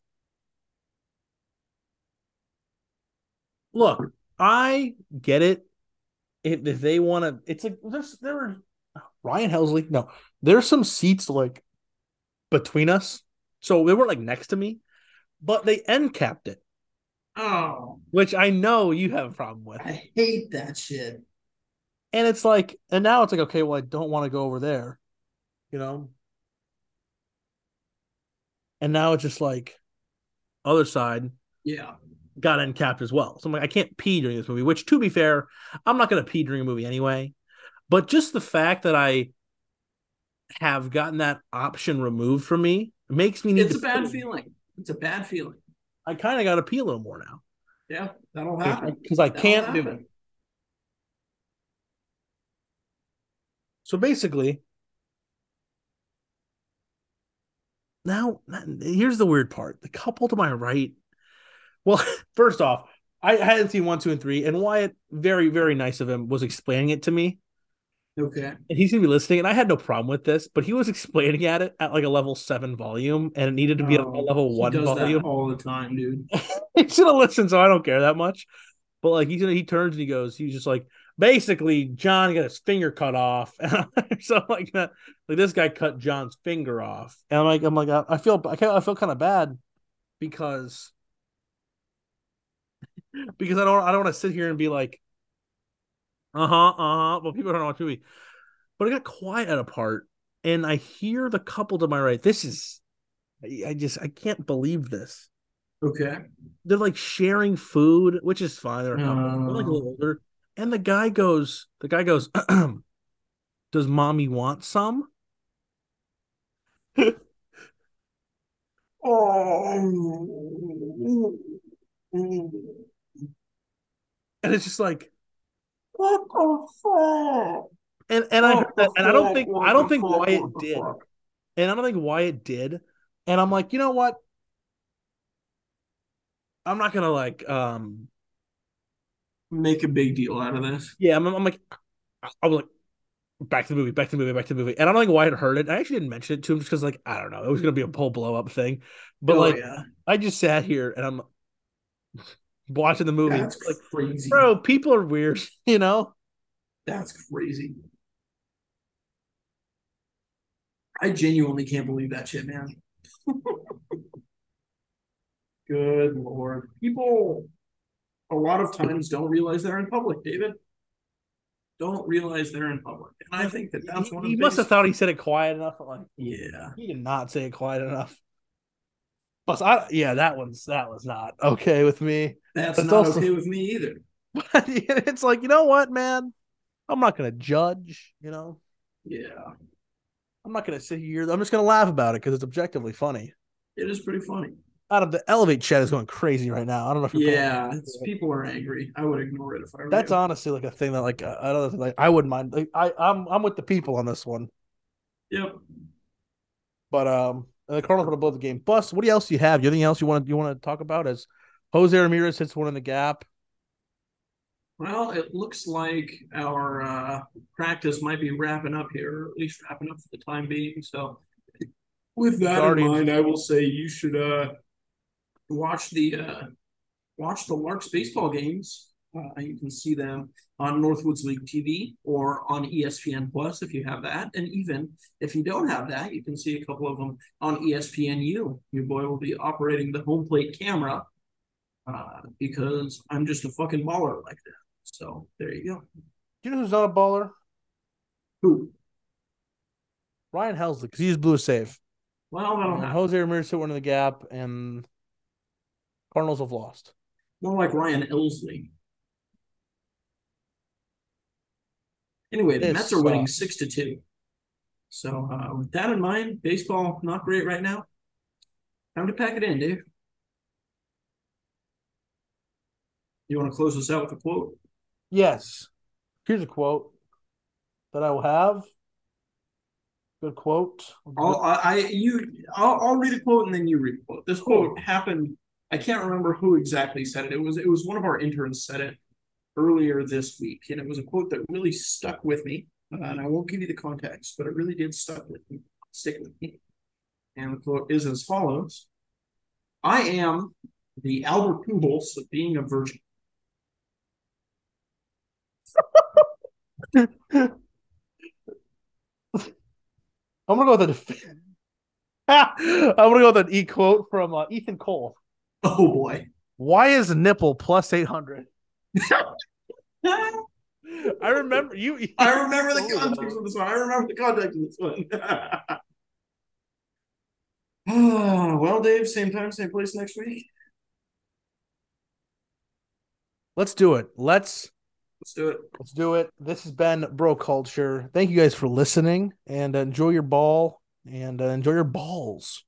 [SPEAKER 1] look, I get it. If, if they want to, it's like there's there were Ryan Helsley. No, there's some seats like between us. So they weren't like next to me, but they end capped it,
[SPEAKER 2] Oh,
[SPEAKER 1] which I know you have a problem with.
[SPEAKER 4] I hate that shit.
[SPEAKER 1] And it's like, and now it's like, okay, well, I don't want to go over there, you know? And now it's just like, other side
[SPEAKER 2] yeah.
[SPEAKER 1] got end capped as well. So I'm like, I can't pee during this movie, which to be fair, I'm not going to pee during a movie anyway. But just the fact that I have gotten that option removed from me makes me need
[SPEAKER 2] It's a
[SPEAKER 1] to
[SPEAKER 2] bad
[SPEAKER 1] pee.
[SPEAKER 2] feeling. It's a bad feeling.
[SPEAKER 1] I kind of got to pee a little more now
[SPEAKER 2] Yeah, that'll happen.
[SPEAKER 1] because I
[SPEAKER 2] That'll
[SPEAKER 1] can't do it.
[SPEAKER 2] happen.
[SPEAKER 1] So basically, now here's the weird part: the couple to my right. Well, first off, I hadn't seen one, two, and three, and Wyatt, very, very nice of him, was explaining it to me,
[SPEAKER 2] Okay.
[SPEAKER 1] and he's gonna be listening, and I had no problem with this, but he was explaining at it at like a level seven volume, and it needed to be at a
[SPEAKER 2] Oh,
[SPEAKER 1] level
[SPEAKER 2] He
[SPEAKER 1] one
[SPEAKER 2] does that
[SPEAKER 1] volume.
[SPEAKER 2] all the time, dude.
[SPEAKER 1] He should have listened, so I don't care that much. But like he's gonna, he turns and he goes, he's just like, basically, John got his finger cut off, so I'm like, like this guy cut John's finger off, and I'm like, I'm like, I, I feel, I, ca- I feel kind of bad because because I don't, I don't want to sit here and be like, uh huh, uh huh. Well, people don't watch the movie, but I got quiet at a part, and I hear the couple to my right. This is, I, I just, I can't believe this
[SPEAKER 2] Okay.
[SPEAKER 1] they're like sharing food, which is fine. They're, a couple. They're, like a
[SPEAKER 2] Oh.
[SPEAKER 1] little older. And the guy goes, the guy goes, does mommy want some?
[SPEAKER 2] Oh.
[SPEAKER 1] And it's just like,
[SPEAKER 2] What the fuck?
[SPEAKER 1] and and I
[SPEAKER 2] What
[SPEAKER 1] heard that,
[SPEAKER 2] the
[SPEAKER 1] and I don't
[SPEAKER 2] fuck?
[SPEAKER 1] think
[SPEAKER 2] What
[SPEAKER 1] I don't
[SPEAKER 2] the
[SPEAKER 1] think
[SPEAKER 2] fuck?
[SPEAKER 1] Wyatt
[SPEAKER 2] What the
[SPEAKER 1] did,
[SPEAKER 2] fuck?
[SPEAKER 1] and I don't think Wyatt did. And I'm like, you know what? I'm not gonna like, um,
[SPEAKER 2] Make a big deal out of this.
[SPEAKER 1] yeah. I'm, I'm like, I- I was like, back to the movie, back to the movie, back to the movie. And I don't think Wyatt heard it. I actually didn't mention it to him just because, like, I don't know, it was gonna be a whole blow up thing. But
[SPEAKER 2] Oh,
[SPEAKER 1] like,
[SPEAKER 2] yeah.
[SPEAKER 1] I just sat here and I'm watching the movie.
[SPEAKER 2] that's
[SPEAKER 1] like,
[SPEAKER 2] crazy.
[SPEAKER 1] bro, people are weird, you know?
[SPEAKER 2] That's crazy. I genuinely can't believe that shit, man. Good lord. People a lot of times don't realize they're in public, David. Don't realize they're in public. And I think that that's
[SPEAKER 1] He,
[SPEAKER 2] one of
[SPEAKER 1] he
[SPEAKER 2] the
[SPEAKER 1] must have
[SPEAKER 2] biggest-
[SPEAKER 1] thought he said it quiet enough. but, like
[SPEAKER 2] Yeah.
[SPEAKER 1] he did not say it quiet enough. Plus, I yeah, that one's that was not okay with me.
[SPEAKER 2] That's
[SPEAKER 1] That's
[SPEAKER 2] not
[SPEAKER 1] also-
[SPEAKER 2] okay with me either.
[SPEAKER 1] But it's like you know what, man, I'm not gonna judge. You know,
[SPEAKER 2] Yeah.
[SPEAKER 1] I'm not gonna sit here. I'm just gonna laugh about it because it's objectively funny.
[SPEAKER 2] It is pretty funny.
[SPEAKER 1] Out of the elevate chat is going crazy right now. I don't know if you're paying
[SPEAKER 2] Yeah. It's, people are angry. I would ignore it if I were
[SPEAKER 1] That's
[SPEAKER 2] you.
[SPEAKER 1] honestly like a thing that like uh, I don't know, like I wouldn't mind. Like, I I'm I'm with the people on this one,
[SPEAKER 2] Yep.
[SPEAKER 1] but um, the Cardinals want to blow the game. Bus, what else do you have? You have Anything else you want to you want to talk about? As Jose Ramirez hits one in the gap.
[SPEAKER 2] Well, it looks like our uh, practice might be wrapping up here, or at least wrapping up for the time being. So, with that in
[SPEAKER 1] Guardians.
[SPEAKER 2] mind, I will say you should uh, watch the uh, watch the Larks baseball games. Uh, you can see them on Northwoods League TV or on E ESPN Plus if you have that, and even if you don't have that, you can see a couple of them on E ESPNU. Your boy will be operating the home plate camera uh, because I'm just a fucking baller like that. So there you go.
[SPEAKER 1] Do you know who's not a baller?
[SPEAKER 2] Who?
[SPEAKER 1] Ryan Helsley because he just blew a save.
[SPEAKER 2] Well, that'll
[SPEAKER 1] And
[SPEAKER 2] happen.
[SPEAKER 1] Jose Ramirez hit one in the gap, and Cardinals have lost.
[SPEAKER 2] More like Ryan Elsley. Anyway, the
[SPEAKER 1] This
[SPEAKER 2] Mets are winning
[SPEAKER 1] sucks.
[SPEAKER 2] six to two. So uh, with that in mind, baseball not great right now. Time to pack it in, dude. You want to close this out with a quote?
[SPEAKER 1] Yes. Here's a quote that I will have. Good quote. Oh.
[SPEAKER 2] I'll, I, I you, I'll, I'll read a quote and then you read a quote. This quote happened. I can't remember who exactly said it. It was it was one of our interns said it earlier this week, and it was a quote that really stuck with me. Uh, and I won't give you the context, but it really did stuck with me, stick with me. And the quote is as follows: "I am the Albert Pujols of being a virgin."
[SPEAKER 1] I'm gonna go with the. I'm gonna go with an e quote from uh, Ethan Cole.
[SPEAKER 2] Oh boy.
[SPEAKER 1] Why is nipple plus eight hundred? I remember you.
[SPEAKER 2] I remember the
[SPEAKER 1] Oh.
[SPEAKER 2] context of this one. I remember the context of this one. Ah, well, Dave, same time, same place next week.
[SPEAKER 1] Let's do it. Let's
[SPEAKER 2] Let's do it.
[SPEAKER 1] let's do it. This has been Bro Culture. Thank you guys for listening and enjoy your ball and uh, enjoy your balls.